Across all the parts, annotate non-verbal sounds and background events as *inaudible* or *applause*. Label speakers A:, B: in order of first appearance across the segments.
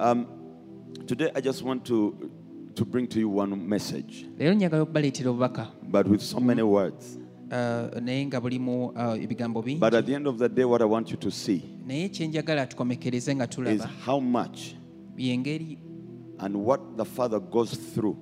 A: Um, today, I just want to, to bring to you one message,
B: leero njagala obaleetera obubaka
A: but with so many words.
B: ah, naye nga bulimu ah, ebigambo bingi
A: But uh, at the end of the day, what I want you to see
B: naye kyenjagala tukomekereze nga
A: is
B: tulaba
A: how much
B: yengeri
A: and what the Father goes through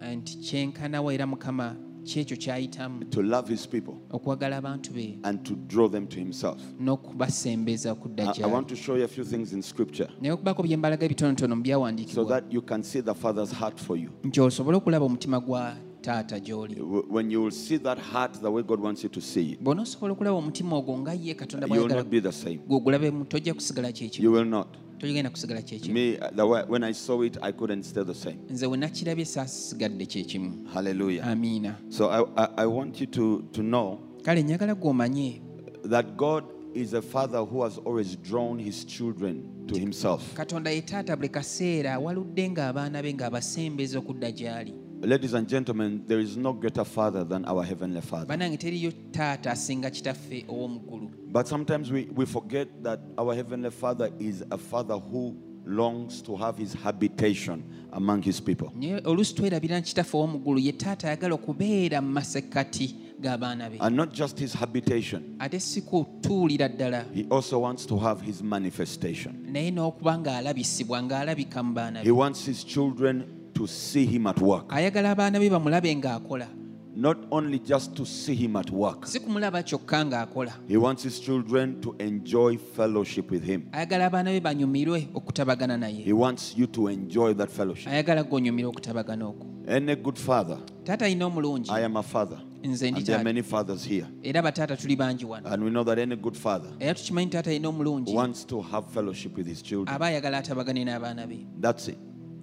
B: uh, nti kyenkanawa era mukama kyekyo kyayitamu
A: to love His people
B: okwagala abantu be
A: and to draw them to Himself.
B: n'okubasembeza
A: I-
B: okudda
A: I want
B: gyali
A: to show you a few things in Scripture
B: naye okubako bye mbalaga ebitonotono mu
A: so
B: byawandiikibwa
A: that you can see the Father's heart for you.
B: nti osobole okulaba omutima gwa taata gy'oli
A: W- When you will see that heart the way God wants you to see it,
B: bw'ona osobola okulaba omutima ogwo nga ye katonda
A: you will
B: bwayagala
A: not be the same.
B: gwe ogulabemu tojja kusigala kyekyo
A: You will not.
B: togenda kusigala kyekyo
A: Me, uh, the way, when I saw it, I couldn't stay the same.
B: nze we nakirabye saasigadde kyekimu
A: Hallelujah.
B: amiina
A: So I, I, I want you to, to know
B: kale njagala gw'omanye
A: that God is a father who has always drawn his children to himself.
B: katonda ye taata buli kaseera awaludde ng'abaana be ng'abasembeza okudda gy'ali
A: Ladies and gentlemen, there is no greater father than our heavenly father.
B: banange teriyo taata asinga kitaffe ow'omu ggulu
A: But sometimes we, we forget that our heavenly father is a father who longs to have his habitation among his people.
B: naye oluusi twerabira nti kitaffe ow'omu ggulu ye taata ayagala okubeera mu masekkati g'abaana be
A: And not just his habitation,
B: ate si kutuulira ddala
A: he also wants to have his manifestation.
B: naye n'okuba ng'alabisibwa ng'alabika mu baana
A: He
B: be
A: wants his children to see him at work.
B: ayagala abaana be bamulabe ng'akola
A: Not only just to see him at work,
B: si kumulaba kyokka ng'akola
A: he wants his children to enjoy fellowship with him.
B: ayagala abaana be banyumirwe okutabagana naye
A: He wants you to enjoy that fellowship.
B: ayagala gonyumire okutabagana okwo
A: Any good father,
B: taata alina omulungi
A: I am a father.
B: nze
A: And
B: ndi
A: there are
B: taata
A: many fathers here.
B: era bataata tuli bangi wano
A: And we know that any good father
B: era tukimanyi taata alina omulungi
A: wants to have fellowship with his children.
B: aba ayagala atabagane n'abaana be
A: That's it.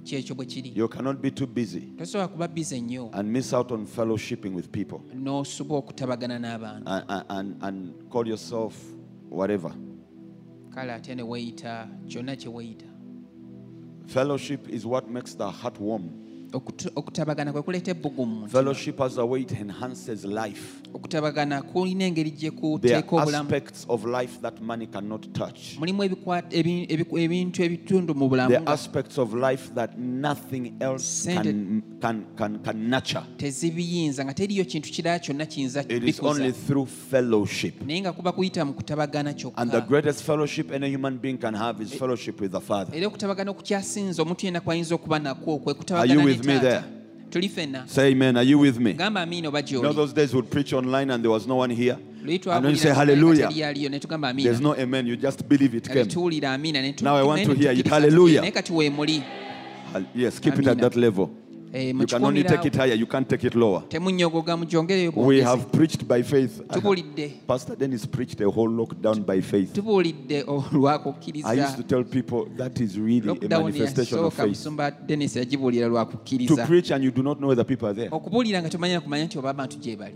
B: kyekyo bwe kiri
A: You cannot be too busy
B: tosobola kuba bize nnyo
A: and miss out on fellowshipping with people
B: n'osuba okutabagana n'abantu
A: and, and, and call yourself whatever.
B: kale ate ne weeyita kyonna kye weeyita
A: Fellowship is what makes the heart warm.
B: Okutu- okutabagana kwe kuleeta ebbugumu
A: Fellowship as a way it enhances life.
B: okutabagana kulina engeri gye
A: There
B: kuteeka
A: are
B: obulamu
A: aspects of life that money cannot touch.
B: mulimu ebikwata- ebi- ebi- ebintu ebitundu mu bulamu
A: There are
B: nga
A: aspects of life that nothing else can, can, can, can nurture.
B: tezibiyinza nga teriyo kintu kirala kyonna kiyinza
A: It is only
B: bikuza
A: through fellowship.
B: naye nga kuba kuyita mu kutabagana
A: And the
B: kyokka
A: greatest fellowship any human being can have is fellowship with the Father.
B: era okutabagana okukyasinza omuntu yenna kwayinza okuba nakwo kwe
A: Are you
B: kutabagana ne
A: with me
B: taata
A: there?
B: tuli ffenna
A: Say amen. Are you with me?
B: gamba amiina oba
A: You know,
B: gyoli
A: those days we'd preach online and there was no one here.
B: Luyi
A: And when you say
B: twawulira nga
A: hallelujah,
B: teryaliyo ne tugamba
A: there's
B: amiina
A: no amen. You just believe it
B: nga
A: came.
B: tetuwulira amiina ne tu-
A: Now I want
B: naye
A: to
B: ne
A: hear it.
B: tukkiriza
A: Hallelujah.
B: nti, naye kati weemuli eh,
A: Hal- Yes, keep it at
B: Amina.
A: that level.
B: Eh,
A: You can only take
B: mukikomerawo
A: it higher, you can't take it lower.
B: temunyogoga mujongereyo
A: We
B: bwongezi
A: have preached by faith.
B: tubuulidde
A: Pastor Dennis preached a whole lockdown by faith.
B: tubuulidde *laughs*
A: I used to
B: olwakukkiriza
A: tell people that is really a
B: lockdown
A: manifestation of
B: yasooka
A: faith.
B: musumba denis yagibuulira
A: To
B: lwakukkiriza
A: preach and you do not know whether people are there.
B: okubuulira nga tomanyira kumanya nti oba abantu gye bali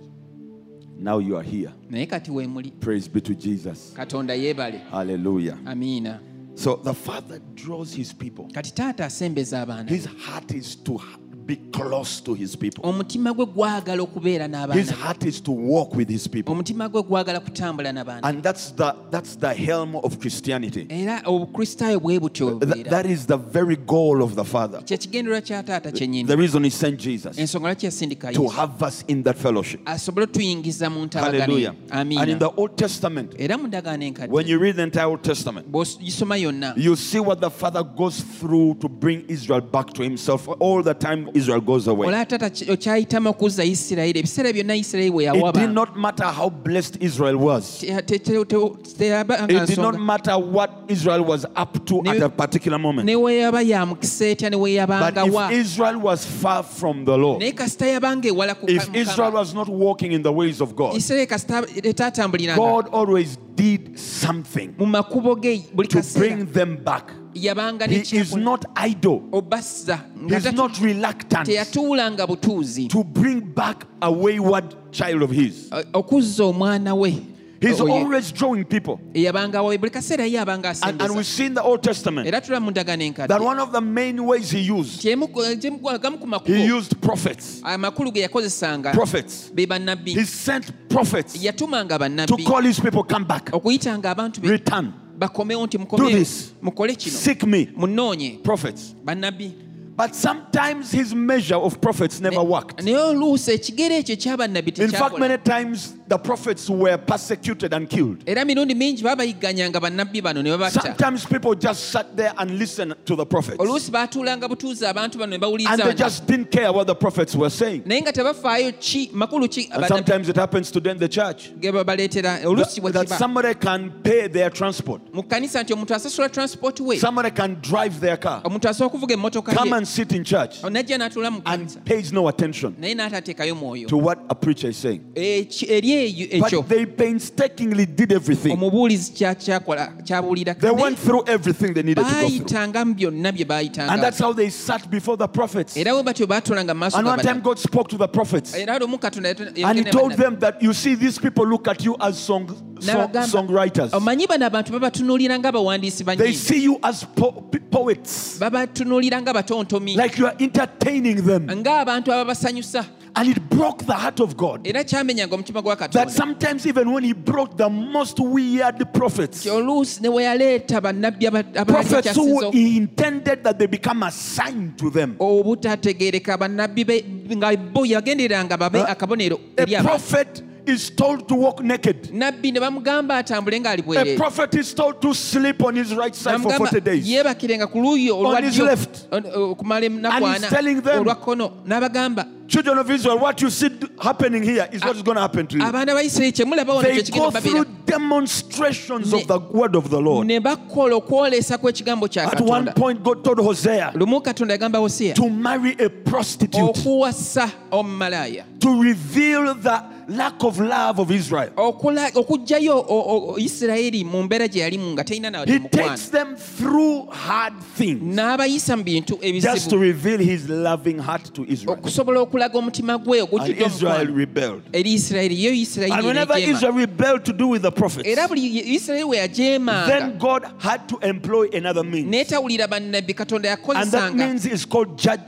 A: Now you are here.
B: naye kati weemuli
A: Praise be to Jesus.
B: katonda yeebale
A: Hallelujah.
B: amiina
A: So the Father draws His people.
B: kati taata asembeza abaana
A: His heart is to ha- be close to His people.
B: omutima gwe gwagala okubeera
A: His
B: n'abaana
A: heart is to walk with His people.
B: omutima gwe gwagala kutambula n'abaana
A: And that's the, that's the helm of Christianity.
B: era obukristaayo bwe butyo bwe
A: Th-
B: bubeera
A: that is the very goal of the Father.
B: kye kigendererwa kya taata kyennyini
A: The reason He sent Jesus
B: ensonga lwaki yasindika
A: to
B: yesu
A: have us in that fellowship.
B: asobole otuyingiza mu ntabagano eyo.
A: Hallelujah. And in
B: amiina
A: the Old Testament,
B: era mu ndagaano enkadde
A: when you read the entire Old Testament,
B: bw'ogisoma yonna
A: you see what the Father goes through to bring Israel back to Himself all the time Israel goes away.
B: olaba tata okyayitamu okuzza isirayiri ebiseera byonna isirayiri bwe
A: It did
B: yawaba
A: not matter how blessed Israel was.
B: te- te- te- te- teyabanga
A: It did not
B: nsonga.
A: matter what Israel was up to at a particular
B: ne
A: moment.
B: we yaba ya mukisa etya ne we
A: But
B: yabanga wa
A: if Israel was far from the law,
B: naye kasita yabanga ewala ku
A: if
B: Mukama.
A: Israel was not walking in the ways of God,
B: isirayiri kasita etatambuliranga
A: God always did something
B: mu makubo ge buli
A: to
B: kaseera
A: bring them back.
B: yabanga
A: He is
B: nekyakola
A: not idle,
B: obassa
A: He
B: nga
A: is
B: tatu-
A: not reluctant
B: teyatuulanga butuuzi
A: to bring back a wayward child of His.
B: O- okuzza omwana we
A: He's
B: oyo
A: always drawing people.
B: eyabanga wa buli kaseera ye abanga
A: And, and we
B: asembeza
A: see in the Old Testament
B: era tula mu ndagaano enkadde
A: that one of the main ways He used,
B: Kyemu- gyemu- gamu ku
A: He
B: makubo
A: used prophets.
B: amakulu ge yakozesanga
A: Prophets.
B: be bannabbi
A: He sent prophets
B: yatumanga
A: to
B: bannabbi
A: call his people come back,
B: okuyitanga abantu Oh, be
A: return.
B: bakomewo nti
A: Do
B: mukome
A: this.
B: mukole kino
A: Seek me.
B: munoonye
A: Prophets.
B: bannabbi
A: But sometimes his measure of prophets never worked.
B: naye oluusi ekigere ekyo ekyabannabbi
A: In fact,
B: tekyakola
A: many times the prophets were persecuted and killed.
B: era emirundi mingi babayigganyanga bannabbi bano ne babatta
A: Sometimes people just sat there and listened to the prophets.
B: oluusi baatuulanga butuuzi abantu bano ne
A: And they
B: bawuliriza bano.
A: just didn't care what the prophets were saying.
B: naye nga tebafaayo ki makulu ki
A: And
B: bannabbi
A: sometimes it happens today in the church
B: ge babaleetera oluusi
A: that,
B: bwe
A: that
B: kiba
A: somebody can pay their transport,
B: mu kkanisa nti omuntu asasula transport we
A: somebody can drive their car,
B: omuntu asobola okuvuga emmotoka
A: come
B: ye
A: and sit in church
B: najja n'atuula mu kkanisa
A: and pays no attention
B: naye n'ataateekayo mwoyo
A: to what a preacher is saying.
B: Eki- eri eyo- ekyo
A: But they painstakingly did everything.
B: omubuulizi kya- kyakola kyabuulira
A: They went through everything they needed to go through.
B: baayitanga mu byonna bye
A: And
B: baayitanga
A: that's how they sat before the prophets.
B: era bwe batyo baatulanga mu maaso
A: And one
B: ga
A: time
B: bannabbi.
A: God spoke to the prophets.
B: era alimu katonda yatu-
A: And he
B: yatugenda
A: told
B: bannabbi.
A: them that you see, these people look at you as song, song
B: N'abagamba,
A: songwriters.
B: omanyi bano abantu babatunuulira nga bawandiisi
A: They
B: banyi
A: see you as po- p- poets,
B: babatunuulira nga batontomi
A: like you are entertaining them.
B: ng'abantu ababasanyusa
A: And it broke the heart of God
B: era kyamenyanga omutima gwa
A: that
B: katonda
A: sometimes, even when he brought the most weird prophets,
B: Nti oluusi ne we yaleeta bannabbi
A: prophets who
B: abaakyasinza
A: he intended that they become a sign to them,
B: Oh, obutategeereka bannabbi be- nga bo yagenderanga babe
A: Huh?
B: akabonero eri
A: a
B: abantu
A: prophet is told to walk naked.
B: nabbi ne bamugamba atambule ng'ali
A: A
B: bwereere
A: prophet is told to sleep on his right side for 40 days.
B: yeebakirenga ku luuyi
A: On his
B: olwadyo
A: left.
B: on- uh, okumala enaku
A: And he's telling them-
B: ana olwa kkono n'abagamba
A: Children of Israel, what you see d- happening here is what is going to happen to you.
B: abaana ba isirayiri kye mulaba wano
A: They
B: kye
A: go
B: kigenda
A: through
B: babeera
A: demonstrations of
B: Ne-
A: the word of the Lord.
B: ne bakola okwolesa kw'ekigambo kya
A: At one
B: katonda
A: point, God told Hosea
B: lumu katonda yagamba hosiya
A: to marry a prostitute
B: okuwasa omumalaaya
A: to reveal the lack of love of Israel.
B: Okula- okuggyayo o- o- isirayiri mu mbeera gye yalimu nga talina nawe
A: He takes
B: temukwano
A: them through hard things
B: n'abayisa mu bintu
A: just to
B: ebizibu
A: reveal his loving heart to Israel.
B: okusobola okulaga omutima gwe
A: And
B: ogujjudde
A: Israel
B: omukwano
A: rebelled.
B: eri isirayiri yo
A: And
B: isirayiri
A: whenever
B: n'ejeema.
A: Israel rebelled to do with the
B: era
A: prophets,
B: buli isirayiri we yajeemanga
A: then God had to employ another means.
B: n'etawulira bannabbi katonda
A: And that
B: yakozesanga
A: means it's called judge,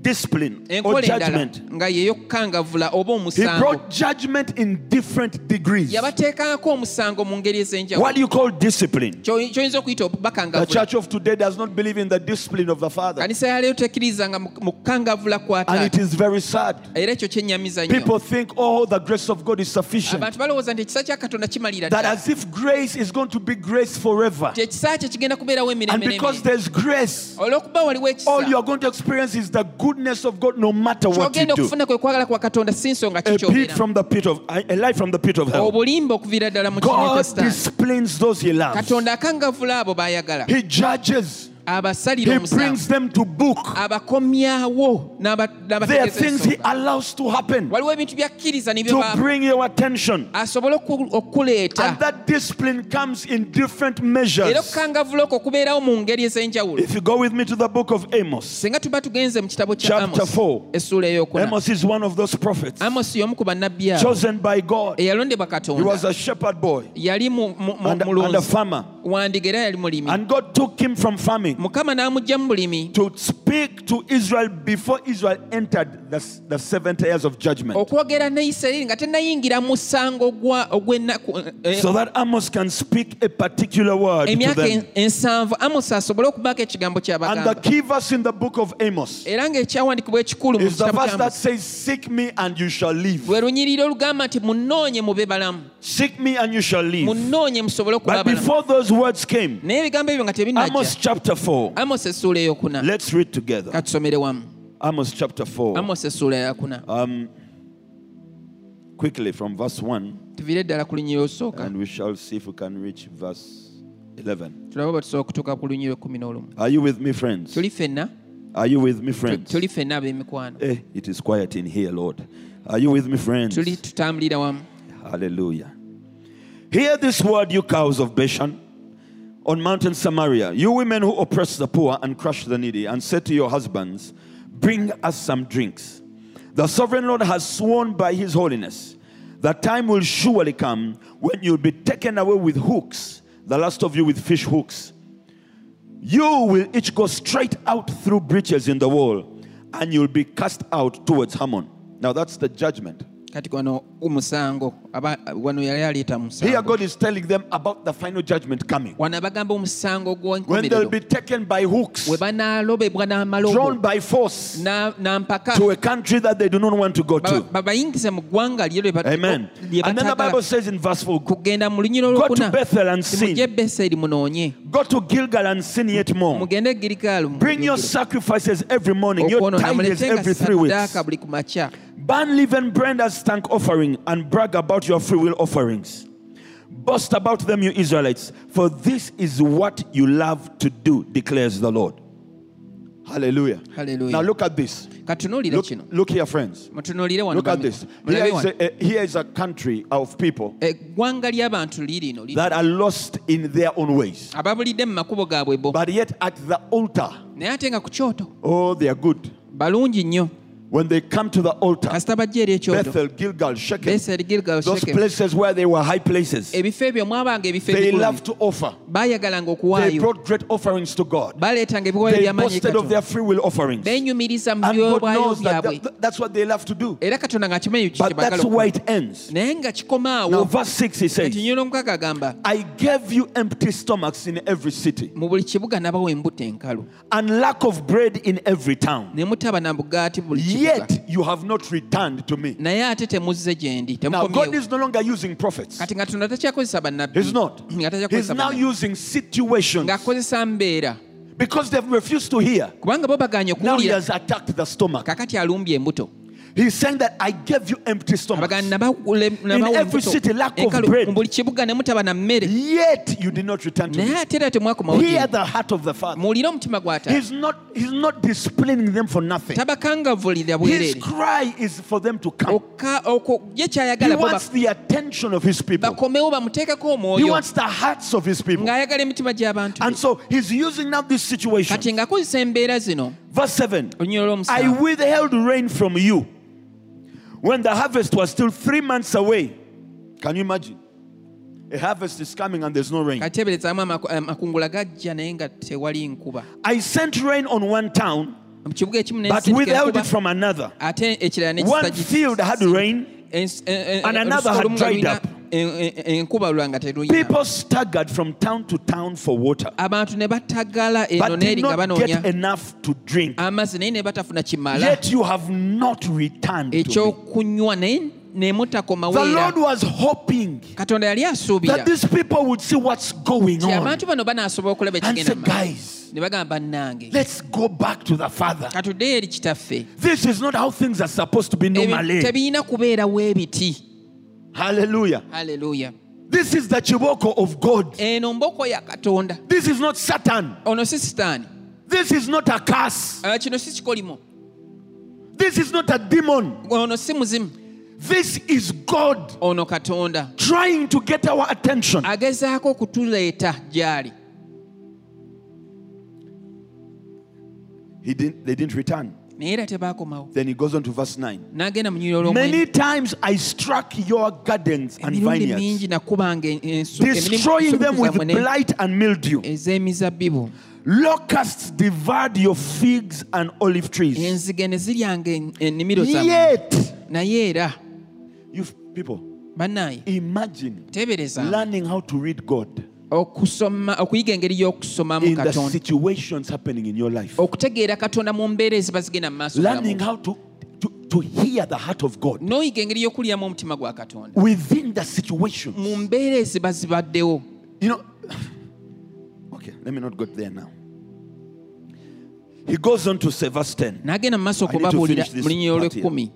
A: discipline or
B: enkola endala
A: judgment.
B: nga yey'okukangavvula oba
A: He
B: omusango
A: brought judgment in different degrees.
B: yabateekangako omusango mu ngeri ez'enjawulo
A: What do you call discipline?
B: Kyo- ky'oyinza okuyita
A: The
B: obakangavvula
A: church of today does not believe in the discipline of the father.
B: kanisa yaleero tekkirizanga mu mu kukangavvula kwa
A: And it
B: taata
A: is very sad.
B: era ekyo kyennyamiza nnyo
A: People think, oh, the grace of God is sufficient.
B: abantu balowooza nti ekisa kya katonda kimalira
A: That
B: ddala
A: as if grace is going to be grace forever.
B: nti ekisa kye kigenda kubeerawo
A: And
B: emirembe
A: because
B: n'emirembe.
A: there's grace,
B: olw'okuba waliwo
A: all you
B: ekisa
A: are going to experience is the goodness of God no matter what you
B: kyogenda
A: do.
B: okufuna kwe kwagala kwa katonda si nsonga
A: A pit
B: kikyogera
A: from the pit of a life from the pit of hell.
B: obulimba okuviira ddala mu kinywa
A: God
B: kya Setaani.
A: disciplines those he loves.
B: katonda akangavvula abo baayagala
A: He judges.
B: abasalira
A: He
B: omusango
A: brings them to book.
B: Ah, abakomyawo n'aba-
A: There are
B: n'abategeza
A: things he
B: ensonga.
A: allows to happen
B: waliwo ebintu byakkiriza
A: to
B: nebyobaamu
A: bring your attention.
B: asobole oku-
A: And
B: okuleeta
A: that discipline comes in different
B: era
A: measures.
B: okukangavvula okwo kubeerawo mu ngeri ez'enjawulo
A: If you go with me to the book of Amos,
B: singa tuba tugenze mu kitabo kya
A: Chapter
B: Amos,
A: four.
B: essuula eyokuna
A: Amos is one of those prophets
B: amosi y'omu ku bannabbi abo
A: chosen by God.
B: eyalondebwa
A: He was
B: katonda
A: a shepherd boy
B: yali mu- mu- mu-
A: and, and a
B: mulunzi
A: farmer.
B: wandiga era yali mulimi
A: And God took him from farming
B: mukama n'amugya mu bulimi
A: to speak to Israel before Israel entered the, s- the 70 years of judgment.
B: okwogera ne isirayiri nga tennayingira mu musango gwa- ogw'ennaku eh,
A: So that Amos can speak a particular word to
B: emyaka
A: them.
B: en- ensanvu amosi asobole okubaako ekigambo
A: And the
B: kyabagamba
A: key verse in the book of Amos
B: era ng'ekyawandiikibwa ekikulu mu
A: is the
B: kitabo
A: verse
B: kya
A: that
B: Amosi,
A: says, Seek me and you shall live.
B: lwe lunyiriro olugamba nti munoonye mube balamu
A: Seek me and you shall live.
B: munoonye musobole okuba
A: But
B: balamu
A: before those words came,
B: naye ebigambo ebyo nga
A: Amos
B: tebinajja
A: chapter 4,
B: amosi essuula eyokuna
A: let's read together.
B: katusomere wamu
A: Amos chapter 4,
B: amosi essuula yakuna
A: um, quickly from verse 1,
B: tuviire eddala ku lunyiriro olusooka
A: and we shall see if we can reach verse 11.
B: tulabe oba tusobola okutuuka ku lunyiriro ekkumi n'olumu
A: Are you with me, friends?
B: tuli ffenna
A: Are you with me,
B: tu-
A: friends?
B: tuli ffenna ab'emikwano
A: Eh, it is quiet in here, Lord. Are you with me, friends?
B: tuli tutambulira wamu
A: Hallelujah. Hear this word, you cows of Bashan, on Mountain Samaria, you women who oppress the poor and crush the needy, and say to your husbands, Bring us some drinks. The sovereign Lord has sworn by his holiness, the time will surely come when you'll be taken away with hooks, the last of you with fish hooks. You will each go straight out through breaches in the wall, and you'll be cast out towards Hammon. Now that's the judgment.
B: kati wano omusango aba- wano yali aleeta
A: Here,
B: musango
A: God is telling them about the final judgment coming.
B: wano abagamba omusango
A: When they'll
B: gw'enkomerero
A: be taken by hooks,
B: we banaalobebwa
A: drawn
B: n'amalobo
A: by force
B: na- nampaka
A: to a country that they do not want to go
B: baba-
A: to.
B: babayingize mu ggwanga lye lye bat-
A: Amen.
B: lye
A: And then the Bible
B: bataagala
A: says in verse 4
B: kugenda mu lunyiro
A: Go to
B: olwokuna
A: Bethel and
B: temujje
A: sin.
B: beseri munoonye
A: Go to Gilgal and sin yet more.
B: mugende e girigaali mu-
A: Bring your sacrifices every morning, your
B: okwonoona
A: tithes
B: muletenga
A: every three weeks.
B: saddaaka buli ku makya
A: Burn leaven brand as thank offering and brag about your free will offerings. Boast about them, you Israelites, for this is what you love to do, declares the Lord. Hallelujah.
B: Hallelujah.
A: Now look at this.
B: katunuulire
A: Look,
B: kino
A: look here, friends.
B: mutunuulire wano
A: Look at
B: bami-
A: this. Here
B: mulabe
A: is,
B: wano. Eh,
A: a, a- here is a country of people
B: eggwanga ly'abantu lirino liri.
A: that are lost in their own ways,
B: ababulidde mu makubo gaabwe bo
A: but yet at the altar,
B: naye ate nga ku kyoto
A: oh, they are good.
B: balungi nnyo
A: When they come to the altar,
B: kasita bajja eri ekyoto
A: Bethel, Gilgal, Shechem,
B: beseri gilgal
A: those
B: shekemu
A: places where they were high places,
B: ebifo ebyo mwabanga ebifo
A: they
B: ebigulumivu.
A: love to offer.
B: baayagalanga
A: They
B: okuwaayo
A: brought great offerings to God.
B: baleetanga ebiwaayo
A: They
B: eby'amaanyi eri
A: boasted of
B: katonda
A: their free will offerings. And
B: beenyumiriza mu
A: God
B: byobwayo
A: knows that,
B: byabwe
A: that- that's what they love to do.
B: era katonda ng'akimanyi
A: But that's where
B: kyebaagala
A: it ends.
B: naye nga
A: Now,
B: kikomaawo
A: verse 6, he
B: nti
A: says,
B: nyono omukaga agamba
A: I gave you empty stomachs in every city,
B: mu buli kibuga nabawa embuto enkalu
A: and lack of bread in every town.
B: ne mutaba na bugaati buli kibuga
A: Yet you have not returned to me.
B: naye ate temuzze gye ndi
A: Now, God
B: temukomyewo
A: is no longer using prophets,
B: kati nga katonda takyakozesa bannabbi
A: He's not. He's
B: nga takyakozesa
A: now
B: bannabbi.
A: using situations
B: ng'akozesa mbeera
A: because they've refused to hear.
B: kubanga bo bagaanye
A: Now, He
B: okuwulira
A: has attacked the stomach.
B: kakati alumbye embuto
A: He's saying that I gave you empty stomachs.
B: abagaanye nabawule- nabawa
A: every
B: embuto
A: city, lack of
B: enkalu.
A: bread.
B: mu buli kibuga ne mutaba na mmere
A: Yet you did not return to me.
B: naye ate era temwakomawo gye
A: Hear
B: ndi.
A: the heart of the Father.
B: muwulire omutima gw'ata
A: He's not, he's not disciplining them for nothing.
B: tabakangavvulira
A: His
B: bwereere
A: cry is for them to come.
B: Okka- okwo ye
A: He
B: kyayagala bo
A: wants the attention of his people,
B: bakomewo bamuteekeko
A: he
B: omwoyo
A: wants the hearts of his people.
B: ng'ayagala emitima gy'abantu
A: And so he's using now this situation.
B: kati ng'akozesa embeera zino
A: Verse 7
B: olunyiro
A: I
B: lw'omusanvu
A: withheld rain from you when the harvest was still three months away. Can you imagine? A harvest is coming and there's no rain.
B: kateberezaamu amaku- amakungula eh, gajja naye nga tewali nkuba
A: I sent rain on one town,
B: mu kibuga ekimu ne
A: but
B: nsindika
A: withheld it
B: enkuba,
A: from another.
B: ate ekirala ne
A: One
B: kisagi-
A: field had rain,
B: ens- eh, eh,
A: and
B: eh,
A: another
B: olusuku
A: had
B: olumu nga
A: dried
B: lulina
A: up.
B: en- en- enkuba lulwa nga teruyina
A: people staggered from town to town for water,
B: abantu ne batagala eno
A: but did
B: n'eri nga
A: not get
B: banoonya
A: enough to drink.
B: amazzi naye ne batafuna kimala
A: Yet you have not returned to me.
B: ekyokunywa naye
A: The Lord
B: nemutakomaweera
A: was hoping
B: katonda yali asuubira
A: that these people would see what's going
B: ti
A: on
B: abantu bano banaasobola okulaba
A: and say,
B: ekigenda mu maaso.
A: guys,
B: ne bagamba nange
A: let's go back to the Father.
B: katudde eri kitaffe
A: This is not how things are supposed to be
B: Ebi-
A: normally.
B: tebirina kubeera weebiti
A: Hallelujah.
B: haleluya
A: This is the chiboko of God.
B: eno mboko ya katonda
A: This is not Satan.
B: ono si sitaani
A: This is not a curse.
B: Ah, kino si kikolimo
A: This is not a demon.
B: ono si muzimu
A: This is God
B: ono katonda
A: trying to get our attention.
B: agezaako okutuleeta gy'ali
A: He didn't, they didn't return.
B: naye era tebaakomawo
A: Then he goes on to verse 9.
B: n'agenda mu nyiriro
A: Many times I struck your gardens and
B: emirundi
A: vineyards,
B: mingi nakubanga en- ensu-
A: destroying them
B: ensuku
A: with
B: zammwe ne-
A: blight and
B: Eh.
A: mildew.
B: ez'emizabbibu
A: Locusts devoured your figs and olive trees.
B: enzige ne ziryanga en- ennimiro zammwe
A: Yet,
B: naye era
A: you f- people,
B: bannaye
A: imagine
B: teebereza
A: learning how to read God
B: okusoma okuyiga engeri y'okusomamu
A: in the
B: katonda
A: situations happening in your life,
B: Oh, okutegeera katonda mu mbeera eziba zigenda mu maaso
A: learning
B: gamu.
A: how to, to, to hear the heart of God
B: n'oyiga engeri y'okulyamu omutima gwa katonda
A: within the situation.
B: mu mbeera eziba zibaddewo
A: You know, *sighs* okay, let me not go there now. He goes on to say, verse 10
B: n'agenda mu maaso
A: I need to
B: okubabuulira
A: finish this
B: mu linnyo
A: part here.
B: olw'ekkumi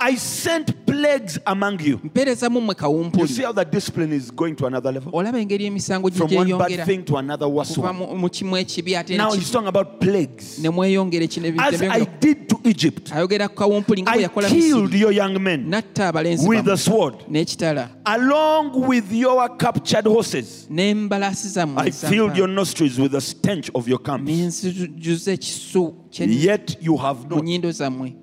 A: I sent plagues among you.
B: mpeerezamu
A: You see
B: mmwe kawumpuli
A: how the discipline is going to another level?
B: olaba engeri y'emisango gye
A: From one bad
B: gyeyongera
A: thing to another worse
B: kuva
A: one.
B: mu mu kimu ekibi ate
A: Now
B: n'ekibi,
A: he's talking about plagues.
B: ne mweyongera ekino ebi-
A: As I
B: tebyongera ku-
A: did to Egypt,
B: ayogera ku kawumpuli nga bwe
A: I
B: yakola
A: killed
B: Misiri
A: your young men
B: n'atta abalenzi
A: with the
B: bammwe,
A: sword.
B: n'ekitala
A: Along with your captured horses,
B: n'embalaasi zammwe
A: I filled your
B: ez'amaanyi,
A: nostrils with the stench of your
B: ne
A: camps.
B: nzijuza ekisu kye-
A: Yet you have
B: mu
A: not
B: nnyindo zammwe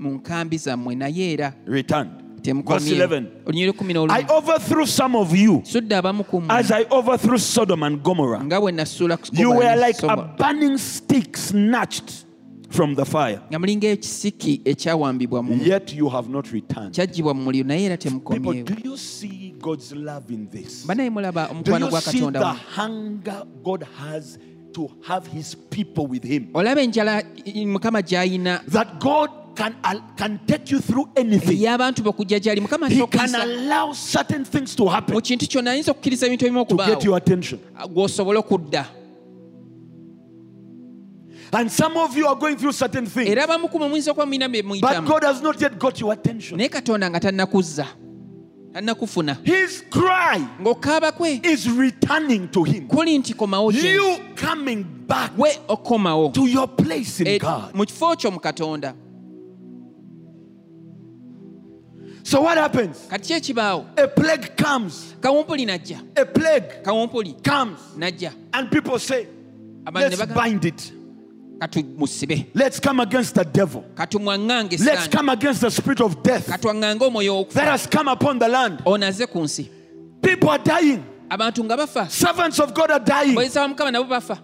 B: mu nkambi zammwe naye era
A: returned. Verse
B: temukomyewo
A: 11
B: olunyiro kumi n'olumu
A: I overthrew some of you
B: sudde abamu ku mmwe
A: as I overthrew Sodom and Gomorrah.
B: Mm. nga bwe nasuula ku
A: You
B: Gomora
A: were
B: ne
A: like a
B: Sodomu.
A: burning stick snatched from the fire,
B: nga mulinga ekisiki ekyawambibwa mu
A: yet you have not returned.
B: kyaggibwa mu muliro naye era
A: People,
B: temukomyewo
A: do you see God's love in this?
B: banaye mulaba
A: Do
B: omukwano
A: you
B: gwa
A: see
B: katonda
A: the
B: wano?
A: hunger God has to have his people with him?
B: olaba enjala i- mukama gy'ayina
A: That God can, al- can take you through anything.
B: y'abantu be okujja gyali mukama asobola
A: He can
B: okuyisa
A: allow certain things to happen
B: mu kintu kyonna ayinza okukkiriza ebintu ebimu
A: to get
B: okubaawo
A: your attention.
B: gw'osobole okudda
A: And some of you are going through certain things,
B: era abamukumu muyinza okuba mulina bye
A: but
B: muyitamu
A: God has not yet got your attention.
B: naye katonda nga tannakuzza tannakufuna
A: His cry
B: ng'okaaba kwe
A: is returning to him.
B: kuli nti komawo gye ndi.
A: You coming back
B: we okomawo
A: to your place in
B: E-
A: God.
B: mu kifo kyo mu katonda
A: So what happens?
B: kati ki ekibaawo
A: A plague comes.
B: kawumpuli najja
A: A plague
B: kawumpuli
A: comes.
B: najja
A: And people say,
B: abantu ne
A: let's
B: bagamba
A: bind it.
B: katumusibe
A: Let's come against the devil.
B: katumwaŋŋange
A: Let's
B: saani
A: come against the spirit of death
B: katwaŋŋange omwoyo
A: that
B: okufa
A: has come upon the land.
B: onaze ku nsi
A: People are dying.
B: abantu nga bafa
A: Servants of God are dying.
B: boyeza wa mukama nabo bafa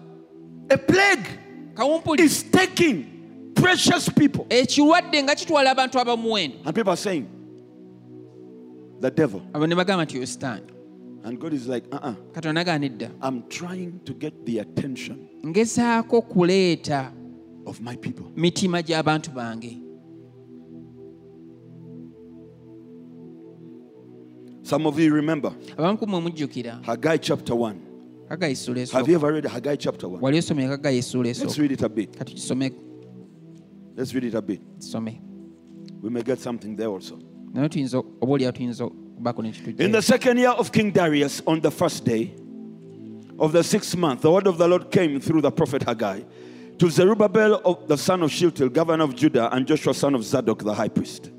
A: A plague
B: kawumpuli
A: is taking precious people.
B: ekirwadde nga kitwala abantu abamuwendo
A: And people are saying, the devil.
B: abo ne bagamba nti oyo sitaani
A: And God is like, uh uh-uh. uh,
B: katonda gaana edda
A: i am trying to get the attention
B: ngezaako kuleeta
A: of my people.
B: mitima gy'abantu bange
A: Some of you remember
B: abamu mwe mujjukira
A: Haggai chapter 1.
B: kagayi essuula
A: Have you
B: esooka
A: ever read Haggai chapter 1?
B: wali osomye kagayi essuula
A: Let's
B: esooka
A: read it a bit.
B: katukisome
A: Let's read it a bit.
B: kisome
A: We may get something there also.
B: naye tuyinza obaolyawo tuyinza okubako
A: In the
B: nekitujja
A: second year of King Darius, on the first day of the sixth month, the word of the Lord came through the prophet Haggai to Zerubbabel, of the son of Shealtiel, governor of Judah, and Joshua, son of Zadok, the high priest.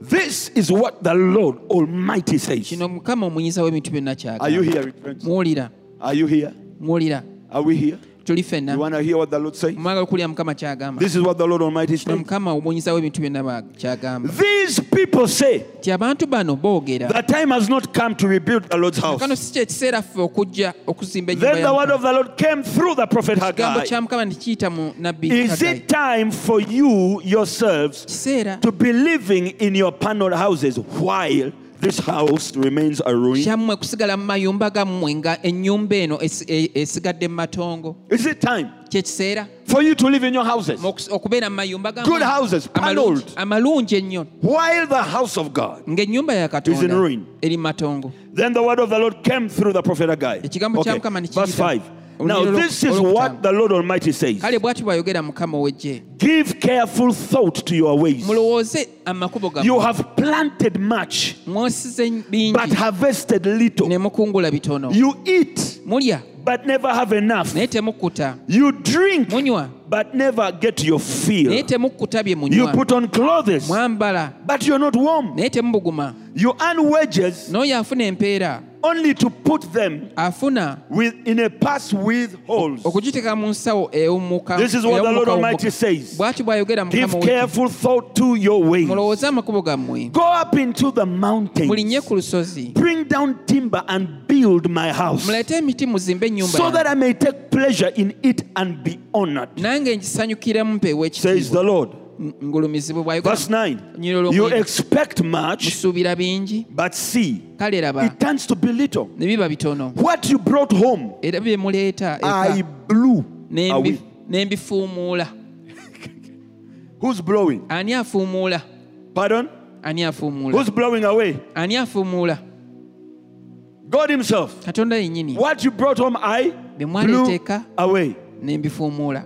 A: This is what the Lord Almighty says.
B: kino mukama omuyinza w'ebintu byonna
A: Are you
B: kyagamba
A: here, friends?
B: muwulira
A: Are you here?
B: muwulira
A: Are we here?
B: tuli
A: You
B: ffenna
A: want to hear what the Lord says?
B: mwagala okuwulira mukama kyagamba
A: This is what the Lord Almighty
B: kino
A: says.
B: mukama omuyinza w'ebintu byonna ba- kyagamba
A: These people say
B: ti abantu bano boogera
A: the time has not come to rebuild the Lord's
B: kano
A: house.
B: si kyekiseera ffe okujja okuzimba ennyumba
A: Then
B: ya
A: the word
B: Mukama.
A: of the Lord came through the prophet
B: ekigambo
A: Haggai.
B: kya mukama nekiyita mu nabbi
A: Is
B: Kaggayi.
A: it time for you yourselves
B: kiseera
A: to be living in your panel houses while this house remains a ruin?
B: kyammwe kusigala mu mayumba gammwe nga ennyumba eno esi- e- esigadde mu matongo
A: Is it time
B: kyekiseera
A: for you to live in your houses
B: okubeera mu mayumba gammwe
A: Good houses,
B: amalungi-
A: panelled.
B: amalungi ennyo
A: while the house of God?
B: ng'ennyumba ya
A: Is in
B: katonda
A: ruin.
B: eri mu matongo
A: Then the word of the Lord came through the prophet Haggai.
B: Ekigambo kya Mukama ne
A: Verse
B: kiyita-
A: 5. Now, this is what the Lord Almighty says
B: kale bw'ati bw'ayogera mukama ow'eggye
A: Give careful thought to your ways.
B: mulowooze amakubo gammwe
A: You have planted much,
B: mwosize
A: but
B: bingi
A: harvested little.
B: ne mukungula bitono
A: You eat,
B: mulya
A: but never have enough.
B: naye temukuta
A: You drink,
B: munywa
A: but never get your
B: naye
A: fill.
B: temukuta bye
A: You
B: munywa
A: put on clothes,
B: mwambala
A: but you're not warm.
B: naye temubuguma
A: You earn wages
B: n'oyo afuna empeera
A: only to put them
B: afuna
A: with, in a purse with holes.
B: okugiteeka mu nsawo ewumuka
A: This is what the Lord
B: ewumuka-
A: Almighty says.
B: bw'ati bw'ayogera
A: Give
B: mukama we
A: careful thought to your ways.
B: mulowooze amakubo gammwe
A: Go up into the mountains.
B: mulinnye ku lusozi
A: Bring down timber and build my house
B: muleete emiti muzimbe ennyumba
A: so that
B: yange.
A: I may take pleasure in it and be honored,
B: nange nkisanyukiremu mpeewa
A: says the
B: ekitiibwa
A: Lord.
B: Ng- ngulumizibwe bw'ayogera
A: Verse 9
B: Nyirolo
A: You
B: kwega.
A: expect much,
B: musuubira bingi
A: but see,
B: kale raba
A: it turns to be little.
B: ne biba bitono
A: What you brought home,
B: era bye muleeta
A: I
B: eka
A: blew
B: ne mbi-
A: away.
B: ne mbifuumuula
A: Who's blowing?
B: ani afuumuula
A: Pardon?
B: ani afuumuula
A: Who's blowing away?
B: ani afuumuula
A: God Himself.
B: katonda yennyini
A: What you brought home, I
B: bye
A: blew
B: mwaleeteeka
A: away.
B: ne mbifuumuula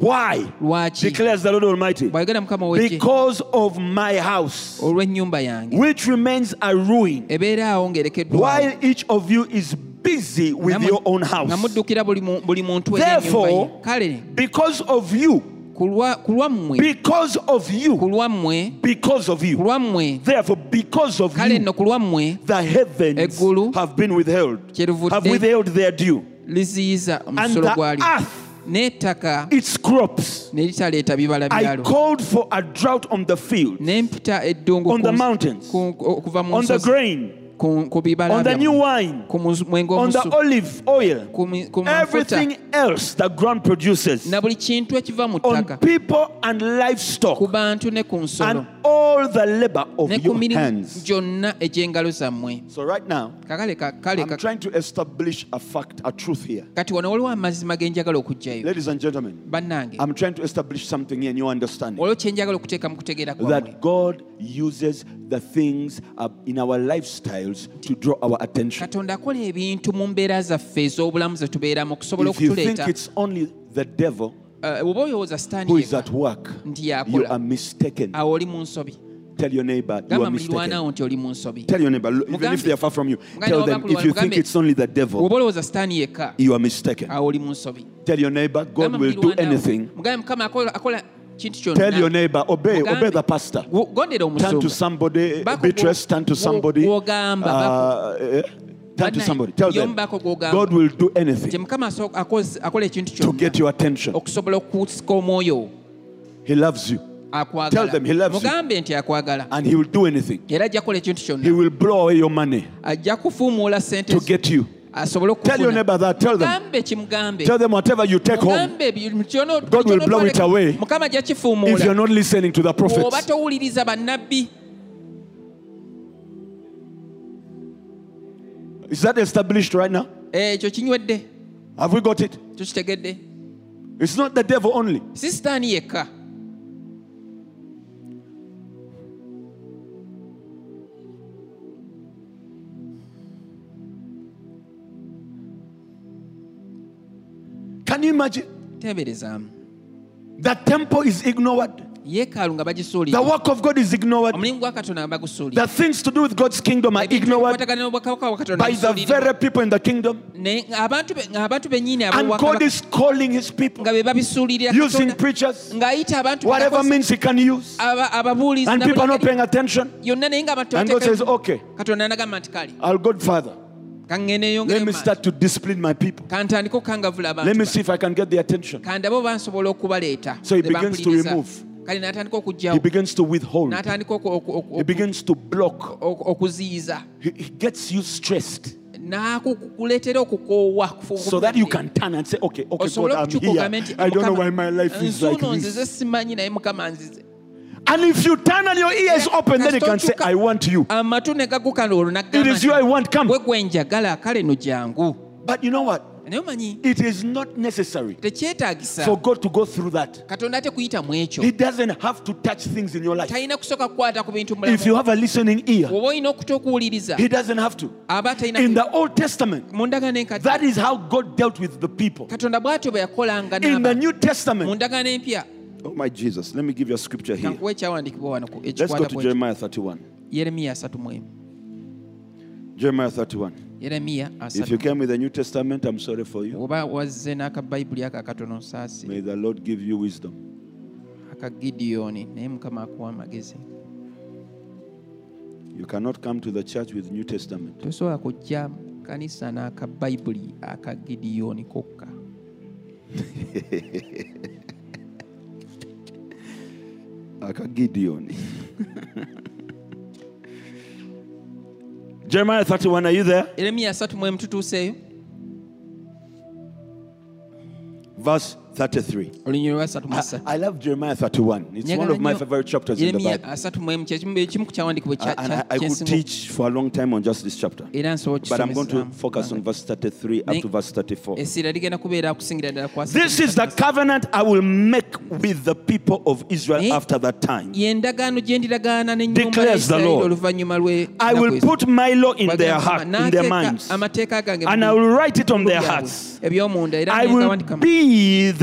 A: Why?
B: lwaki
A: Declares the Lord Almighty.
B: bwayogera mukama wegye
A: Because of my
B: Oh.
A: house,
B: olw'ennyumba yange
A: which remains a ruin.
B: ebeera awo ngerekeddwa
A: while each of you is busy with your own
B: nga
A: house.
B: muddukira buli mu- buli muntu eri ennyumba ye.
A: Therefore-
B: kale
A: Because of you,
B: ku lwa- ku lwammwe
A: because of
B: ku
A: you,
B: lwammwe
A: because of
B: ku
A: you.
B: lwammwe
A: Therefore, because of
B: kale
A: you,
B: nno ku lwammwe
A: the
B: Eggulu
A: heavens have been withheld, have
B: kyerivudde
A: withheld their due,
B: liziyiza
A: and
B: omusolo
A: the
B: gwali
A: earth,
B: n'ettaka
A: its crops.
B: ne litaleeta bibala
A: I
B: byalo
A: called for a drought on the field,
B: ne mpita eddungu
A: on
B: ku
A: the
B: nsi-
A: mountains,
B: ku- okuva mu
A: on the
B: nsozi
A: grain,
B: ku ku bibala
A: on the new
B: byammwe,
A: wine,
B: ku muzu- mwenge
A: on the
B: omusu
A: olive oil,
B: ku mi- ku mafuta
A: everything else the ground produces,
B: na buli kintu ekiva mu
A: on
B: ttaka
A: people and livestock,
B: ku bantu ne ku nsolo
A: and all the labor of
B: ne ku
A: your
B: mirimu
A: hands.
B: gyonna egy'engalo zammwe
A: So, right now,
B: kakale ka- kale
A: I'm
B: ka-
A: trying to establish a fact, a truth here.
B: kati wano waliwo amazima ge njagala okuggyayo
A: Ladies and gentlemen,
B: bannange
A: I'm trying to establish something here in your understanding
B: olwo kye njagala okuteeka mu kutegeera kwammwe
A: that God uses the things uh, in our lifestyles to draw our attention.
B: katonda akola ebintu mu mbeera zaffe ez'obulamu ze tubeeramu okusobola
A: If you think
B: okutuleeta
A: it's only the devil
B: Eh, oba oyowooza sitaani
A: who is
B: yekka,
A: at work,
B: nti
A: you are
B: yakola
A: mistaken.
B: awo oli mu nsobi
A: Tell your neighbor you
B: gamba
A: are mistaken.
B: muliraanawo nti oli mu nsobi
A: Tell your neighbor, lo- even if
B: Mugambe-
A: they are far from you,
B: Mugambe
A: tell
B: oba
A: them
B: kulwana,
A: if you think
B: mugambe-
A: it's only the devil,
B: oba olowooza sitaani yekka
A: you are mistaken.
B: awo oli mu nsobi
A: Tell your neighbor God
B: Gamba
A: will do
B: muliraanawo,
A: anything.
B: mugambe mukama akola akola kintu
A: Tell your
B: kyonna
A: neighbor, obey,
B: Mugambe-
A: obey the pastor.
B: Wo- gondera
A: Turn to
B: omusumba
A: somebody,
B: Bako
A: Beatrice,
B: gwo-
A: turn to
B: gwo-
A: somebody.
B: gw'ogamba,
A: uh, eh, Turn to
B: Banaye,
A: somebody. Tell them,
B: y'omubaako gw'ogamba.
A: God will do
B: nti
A: anything
B: mukama aso- akoze- akola ekintu
A: to get
B: kyonna
A: your attention.
B: okusobola okusika omwoyo
A: He loves you Tell them he
B: akwagala
A: loves you.
B: mugambe nti akwagala
A: and He will do anything.
B: era ajja kukola ekintu
A: He
B: kyonna
A: will blow away your money
B: ajja kufuumuula sente
A: to
B: zo,
A: get you.
B: asobole
A: Tell your neighbor that. Tell them.
B: okugambe kimugambe
A: Tell them whatever you take home,
B: mugambe bi- kyonna-
A: God will
B: kyonna
A: blow it
B: otwaleka-
A: away
B: mukama ajja
A: if you're
B: kifuumuula
A: not listening to the
B: oba
A: prophets.
B: towuliriza bannabbi
A: Is that established right now?
B: eh, ekyo kinywedde
A: Have we got it?
B: tukitegedde
A: It's not the devil only.
B: si sitaani yekka
A: Can you imagine?
B: teeberezaamu
A: The temple is ignored.
B: yeekaalu nga bagisuulira
A: The work of God is ignored.
B: omulimu gwa katonda nga bagusuulira
A: The things to do with God's kingdom are
B: Ebintu
A: ignored
B: ebikwatagana n'obwakabaka bwa Katonda
A: by the
B: bisuulirirwa.
A: very people in the kingdom.
B: Naye ng'abantu be- ng'abantu bennyini
A: And God
B: ab'obwakabaka
A: is calling his people
B: nga be babisuulirira
A: using
B: Katonda,
A: preachers,
B: ng'ayita abantu
A: whatever
B: abakozi-
A: means he can use.
B: aba- ababuulizi
A: And
B: na buli
A: people are not
B: ngeri-
A: paying attention.
B: yonna naye ng'abantu
A: And God says,
B: tebateekayo-
A: okay,
B: katonda nagamba nti kale
A: I'll go further.
B: kaŋŋendeyo
A: Let me start to discipline my people.
B: kantandika okukangavula
A: Let me
B: abantu
A: see if I can get the attention.
B: kandaba oba nsobola okubaleeta
A: So he
B: ne
A: begins to
B: bampuliriza.
A: remove.
B: kale n'atandika
A: He
B: okugjawo
A: begins to withhold,
B: n'atandika oku- oku- oku-
A: he begins to block.
B: oku- okuziyiza
A: He, he gets you stressed
B: n'akukuleetera okukoowa
A: so that you can turn and say, okay, okay, God,
B: osobole
A: I'm
B: okukyuka ogambe
A: here.
B: nti
A: I don't know
B: "Mukama,
A: why my life is like
B: nzuuno
A: this.
B: nzize simanyi naye mukama nzize
A: And if you turn and your ears open, then you can say, I want you.
B: amatu ne gagukana olwo
A: It is you I
B: nagamba
A: want. Come.
B: gwe gwe njagala kale no jangu
A: But you know what?
B: naye omanyi
A: It is not necessary for
B: tekyetaagisa
A: God to go through that.
B: katonda ate kuyita mu ekyo
A: He doesn't have to touch things in your life.
B: talina kusooka kukwata ku bintu mulamu
A: If you have a listening ear,
B: oba olina okuta okuwuliriza
A: He doesn't have to.
B: aba atalina
A: In the Old Testament,
B: mu ndagaano enkadde
A: that is how God dealt with the people.
B: katonda bw'atyo bwe yakolanga
A: In the
B: n'abantu
A: New
B: mu
A: Testament,
B: ndagaano empya
A: oh my Jesus, let me give you a scripture here.
B: kankuwa ekyawandiikibwa wano ku-
A: Let's go
B: ekikwata
A: to
B: ku ekyo.
A: Jeremiah 31.
B: yeremiya 31
A: Jeremiah 31.
B: yeremiya
A: If you
B: 31
A: came with the New Testament, I'm sorry for you.
B: oba wazze n'akabayibuli ako akatono nsaasire
A: May the Lord give you wisdom.
B: akagidiyoni naye mukama akuwa amagezi
A: You cannot come to the church with New Testament.
B: tosobola kujja mu kanisa n'akabayibuli akagidiyoni kokka
A: Gideon. *laughs* Jeremiah 31, are you there?
B: yeremiya 31 tutuuseeyo
A: Verse 33.
B: olunyiro lwa
A: I,
B: 33
A: I love Jeremiah 31. Ah, It's one of my favorite chapters in the Bible.
B: kyekimu ku kyawandiikibwa
A: I- and I, I could
B: kyensinga
A: teach for a long time on just this chapter.
B: era nsobola
A: But I'm going
B: Um,
A: to focus on
B: okukisomesaamu.
A: verse 33 up to verse 34.
B: essira ligenda kubeera kusingira ddala ku asatu
A: This
B: mu
A: is the
B: kusatu.
A: covenant I will make with the people of Israel
B: Eh?
A: after that time.
B: ye ndagaano gye ndiragaana n'ennyumba ya
A: Declares the
B: Isirayiri
A: Lord.
B: oluvannyuma lwe-
A: I will
B: nnaku ezo.
A: put my law in their
B: Bw'agamba,
A: heart, in their
B: "N'ateeka
A: minds,
B: amateeka gange
A: and
B: mu
A: I will write it on
B: bibbo
A: their
B: byabwe,
A: hearts.
B: eby'omunda era
A: I will
B: nengawandika mu
A: be their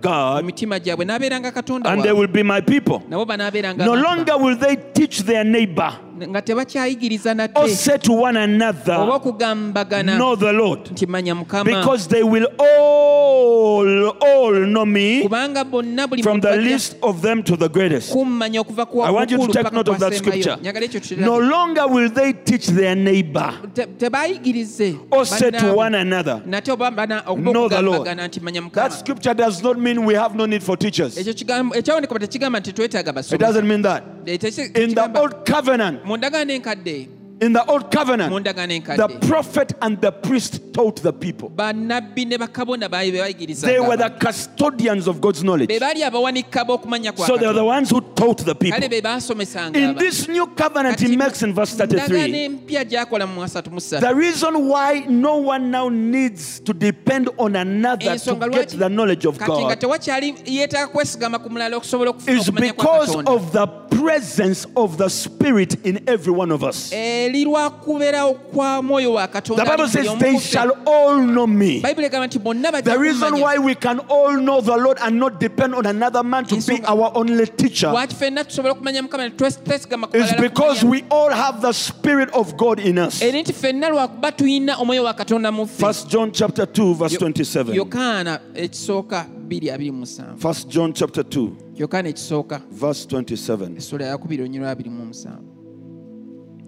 A: God,
B: mitima gyabwe n'abeeranga katonda
A: and they
B: waabwe
A: will be my people.
B: nabo banaabeeranga
A: No
B: abantu
A: longer will they teach their neighbor
B: baabwe. nga tebakyayigiriza
A: or
B: nate
A: say to one
B: oba
A: another,
B: okugambagana
A: Know the Lord,
B: nti manya mukama
A: because they will all, all know me
B: kubanga bonna buli
A: from
B: muntu
A: the
B: bajja
A: least of them to the greatest.
B: kummanya okuva ku
A: I want you to
B: wakulu
A: take
B: paka
A: note
B: ku
A: of that
B: asemayo.
A: scripture.
B: Njagala ekyo kirage.
A: No longer will they teach their neighbor
B: Te- tebayigirize
A: or say to
B: bannaabwe.
A: one another,
B: nate oba bana- oba
A: Know the Lord.
B: okugambagana nti manya
A: That
B: mukama
A: scripture does not mean we have no need for teachers.
B: ekyo kigambo- ekyawandikibwa tekigamba nti twetaaga
A: It doesn't mean that. In the
B: basomesa
A: old covenant,
B: mu ndagaano enkadde
A: In the old
B: mu
A: covenant,
B: ndagaano
A: the
B: enkadde
A: prophet and the priest taught the people.
B: bannabbi ne bakabona baali be bayigiriza
A: They were the custodians of God's knowledge.
B: be baali abawanika b'okumanya kwa
A: So they were
B: Katonda.
A: the ones who taught the
B: kale
A: people.
B: be baasomesanga
A: In
B: abantu.
A: this new covenant, he makes in verse
B: Ndagaano
A: 33
B: empya gy'akola mu 37
A: the reason why no one now needs to depend on another to
B: ensonga
A: get
B: lwaki
A: the knowledge of
B: Eh, kati nga
A: God
B: tewakyali yeetaaga kwesigama ku mulala okusobola okufuna
A: is
B: okumanya kwa
A: because
B: katonda
A: of the presence of the Spirit in every one of us.
B: eri lwakubeerawo kwa mwoyo wa
A: The
B: katonda ali
A: Bible
B: mu buli
A: says
B: omu
A: they
B: ku ffe.
A: shall all know me.
B: bayibuli egamba nti bonna bajja
A: The reason
B: kummanya.
A: why we can all know the Lord and not depend on another man to be our only teacher
B: lwaki ffenna tusobola okumanya mukama ne twes- twesigama ku
A: is
B: balala
A: because
B: kumanya.
A: we all have the Spirit of God in us.
B: eri nti ffenna lwakuba tuyina omwoyo wa katonda mu ffe.
A: First John chapter 2 verse
B: Yo-
A: 27.
B: yokaana ekisooka 227
A: First John chapter 2
B: yokaana ekisooka
A: verse 27.
B: essula yakubiri olunyirwa lwa 27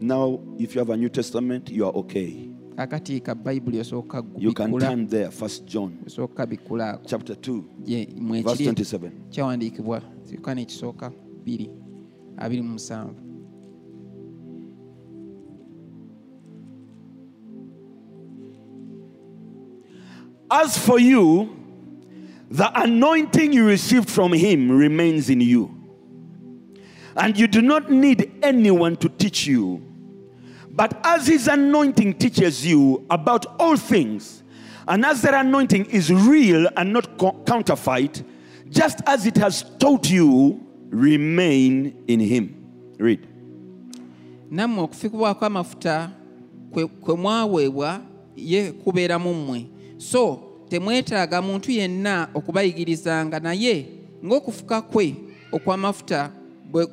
A: Now if you have a New Testament you are okay.
B: kakati ka bayibuli osooka
A: You can
B: kubikula
A: turn there First John
B: osooka bikulaako
A: chapter 2
B: Ye- mwe
A: verse
B: ekiri
A: 27.
B: kyawandiikibwa yokaana ekisooka 2 27
A: As for you the anointing you received from him remains in you. And you do not need anyone to teach you. But as his anointing teaches you about all things, and as that anointing is real and not co- counterfeit, just as it has taught you, remain in him. Read.
B: nammwe okufukibwako amafuta kwe- kwe mwaweebwa ye kubeera mu mmwe so temwetaaga muntu yenna okubayigirizanga naye ng'okufuka kwe okw'amafuta bwe-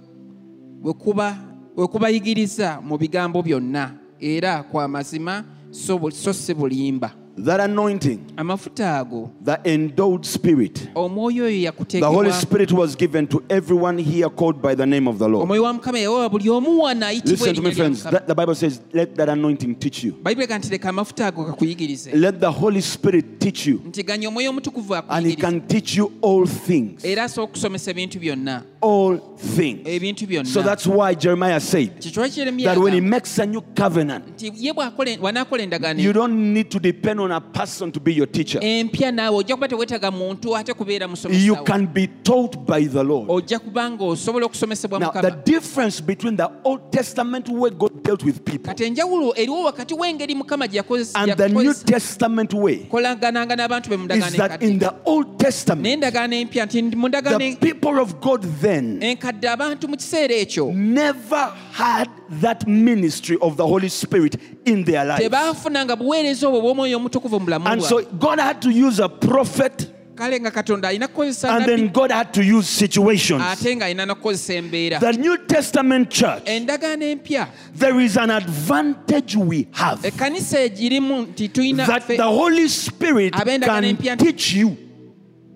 B: bwe kuba- bwe kubayigiriza mu bigambo byonna era kwa mazima so bu- so si bulimba
A: That anointing,
B: amafuta ago
A: the endowed spirit,
B: omwoyo oyo
A: the Holy
B: yakuteekebwa
A: Spirit was given to everyone here called by the name of the Lord.
B: omwoyo wa mukama yaweebwa buli omu wano ayitibwa
A: Listen to
B: erinnya
A: me,
B: lya
A: friends.
B: mukama
A: That, the Bible says, let that anointing teach you.
B: bayibuli ega nti leka amafuta ago gakuyigirize
A: Let the Holy Spirit teach you.
B: nti ganya omwoyo omutukuvu
A: And He
B: akuyigiriza
A: can teach you all things.
B: era asobola okusomesa ebintu byonna
A: All things.
B: ebintu byonna
A: So that's why Jeremiah said
B: kikiro kyeremiya
A: that when He
B: agamba
A: makes a new covenant,
B: nti ye bw'akola- bw'anaakola endagaano
A: you don't need to depend on a person to be your teacher.
B: empya naawe ojja kuba teweetaga muntu ate
A: You
B: kubeera musomesawo
A: can be taught by the Lord.
B: ojja kuba nga osobola okusomesebwa
A: Now, the
B: mukama
A: difference between the Old Testament where God dealt with people
B: kati enjawulo eriwo wakati w'engeri mukama gye yakozesa
A: and the New Testament way
B: kolagananga n'abantu be mu
A: is
B: ndagaano
A: that in
B: enkadde
A: the Old
B: naye
A: Testament,
B: endagaano empya nti mu ndagaano
A: the
B: en-
A: people of God then
B: enkadde abantu mu kiseera ekyo
A: never had that ministry of the Holy Spirit in their lives.
B: tebaafunanga buweereza obwo bw'omwoyo omutukuvu mu bulamu
A: And so
B: bwabwe
A: God had to use a prophet,
B: kale nga katonda alina kukozesa
A: and
B: nabbi
A: then God had to use situations.
B: ate Eh. ng'alina n'okukozesa embeera
A: The New Testament church,
B: endagaano empya
A: there is an advantage we
B: Eh,
A: have
B: ekkanisa egirimu nti tulina
A: that
B: ffe-
A: the Holy Spirit can teach you.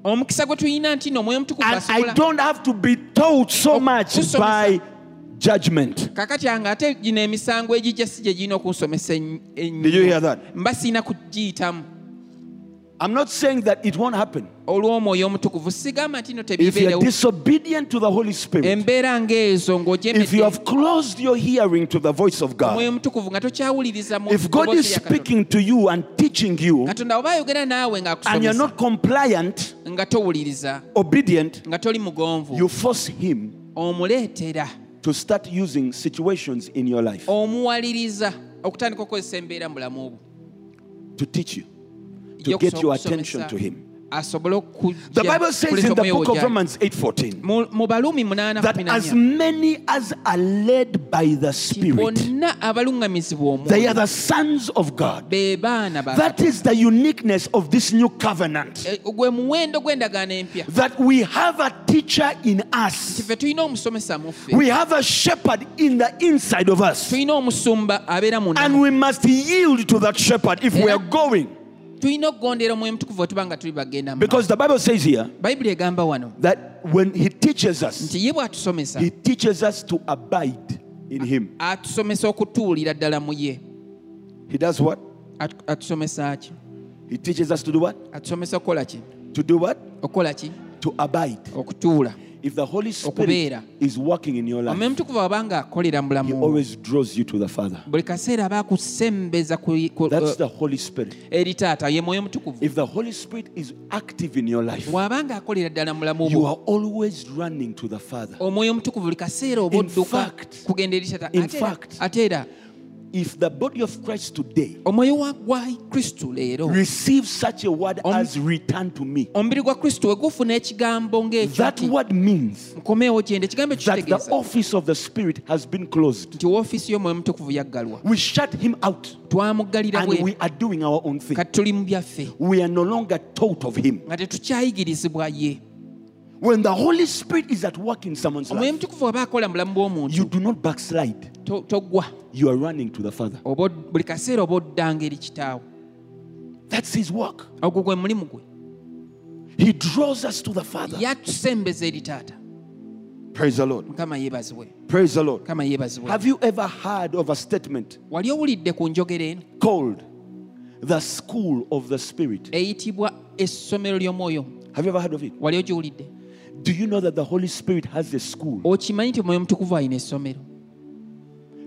B: omukisa gwe tulina nti nomwoyo omutukuvu
A: And I
B: asobola
A: don't have to be told so much by judgment.
B: kakati yange ate gino emisango egijja si gye girina okunsomesa en- ennyo.
A: Did you hear that?
B: mba siina kugiyitamu
A: I'm not saying that it won't happen.
B: olw'omwoyo omutukuvu sigamba nti no
A: If you're
B: tebibeerewo
A: disobedient to the Holy Spirit,
B: embeera ng'ezo
A: if you have
B: ng'ojemeomwoyo
A: closed your hearing to the voice of God,
B: omutukuvu nga tokyawuliriza mu
A: if God is
B: ddoboozi lya Katonda.
A: speaking to you and teaching you,
B: katonda oba ayogera naawe
A: and you're
B: ng'akusomesa
A: not compliant,
B: nga towuliriza
A: obedient,
B: nga toli mugonvu
A: you force Him
B: omuleetera
A: to start using situations in your life
B: omuwaliriza okutandika okukozesa embeera mu bulamu obwo
A: to teach you. to
B: Y'okusooka
A: get your
B: okusomesa,
A: attention to him.
B: asobole
A: The Bible says in the book of
B: okujja
A: Romans 8:14
B: mu balumi
A: that as many as are led by the Spirit,
B: bonna abaluŋŋamizibwa
A: they are
B: omwoyo
A: the sons of God.
B: be baana ba
A: That is the uniqueness of this new covenant.
B: Eh, gwe muwendo gw'endagaano empya
A: That we have a teacher in us.
B: kife tulina omusomesa mu ffe
A: We have a shepherd in the inside of us.
B: tulina omusumba abeera mu
A: And
B: naffe.
A: we must yield to that shepherd if we
B: Yeah.
A: are going.
B: tulina okugondera omwoyo omutukuvu otuba nga tuli bagenda mu
A: Because the Bible says here
B: maaso. bayibuli egamba wano
A: that when he teaches us,
B: nti ye bw'atusomesa
A: he teaches us to abide in him.
B: atusomesa okutuulira ddala mu ye
A: He does what?
B: Atu- atusomesa ki
A: He teaches us to do what?
B: atusomesa okukola ki
A: To do what?
B: okukola ki
A: To abide.
B: okutuula
A: If the Holy Spirit
B: Okubeera.
A: is working in your
B: omwoyo
A: life,
B: omutukuvu abanga akolera mu bulamu
A: He
B: bwo.
A: always draws you to the Father.
B: buli kaseera aba akusembeza ku- ku- uh,
A: That's the Holy Spirit.
B: eri taata ye mwoyo omutukuvu
A: If the Holy Spirit is active in your life,
B: bw'abanga akolera ddala mu bulamu
A: you
B: bwo
A: are always running to the Father.
B: omwoyo omutukuvu buli kaseera oba
A: In
B: odduka
A: fact-
B: kugenda eri taata
A: in
B: Ate era-
A: fact-
B: ate era
A: If the body of Christ today
B: omwoyo wa- gwa kristo leero
A: receives such a word
B: Om-
A: as return to me,
B: omubiri gwa kristo we gufuna ekigambo
A: that
B: ng'ekyo
A: word means
B: mukomeewo gyenda ekigambo ekyo
A: that the
B: kitegeeza
A: office of the Spirit has been closed.
B: nti woofiisi y'omwoyo omutukuvu yaggalwa
A: We shut him out
B: twamuggalira
A: and
B: bwe
A: we are doing our own thing.
B: kati tuli mu byaffe
A: We are no longer taught of him.
B: nga tetukyayigirizibwa ye
A: When the Holy Spirit is at work in someone's
B: omwoyo
A: life,
B: omutukuvu aba akola mu bulamu bw'omuntu
A: you do not backslide.
B: to- toggwa
A: You are running to the Father.
B: oba od- buli kaseera oba oddanga eri kitaawo
A: That's his work.
B: ogwo gwe mulimu gwe
A: He draws us to the Father.
B: yatusembeza eri taata
A: Praise the Lord.
B: mukama yeebazibwe
A: Praise the Lord.
B: mukama yeebazibwe
A: Have you ever heard of a statement
B: wali owulidde ku njogera eno
A: called the school of the Spirit?
B: eyitibwa essomero ly'omwoyo
A: Have you ever heard of it?
B: wali ogiwulidde
A: Do you know that the Holy Spirit has a school?
B: okimanyi nti omwoyo omutukuvu alina essomero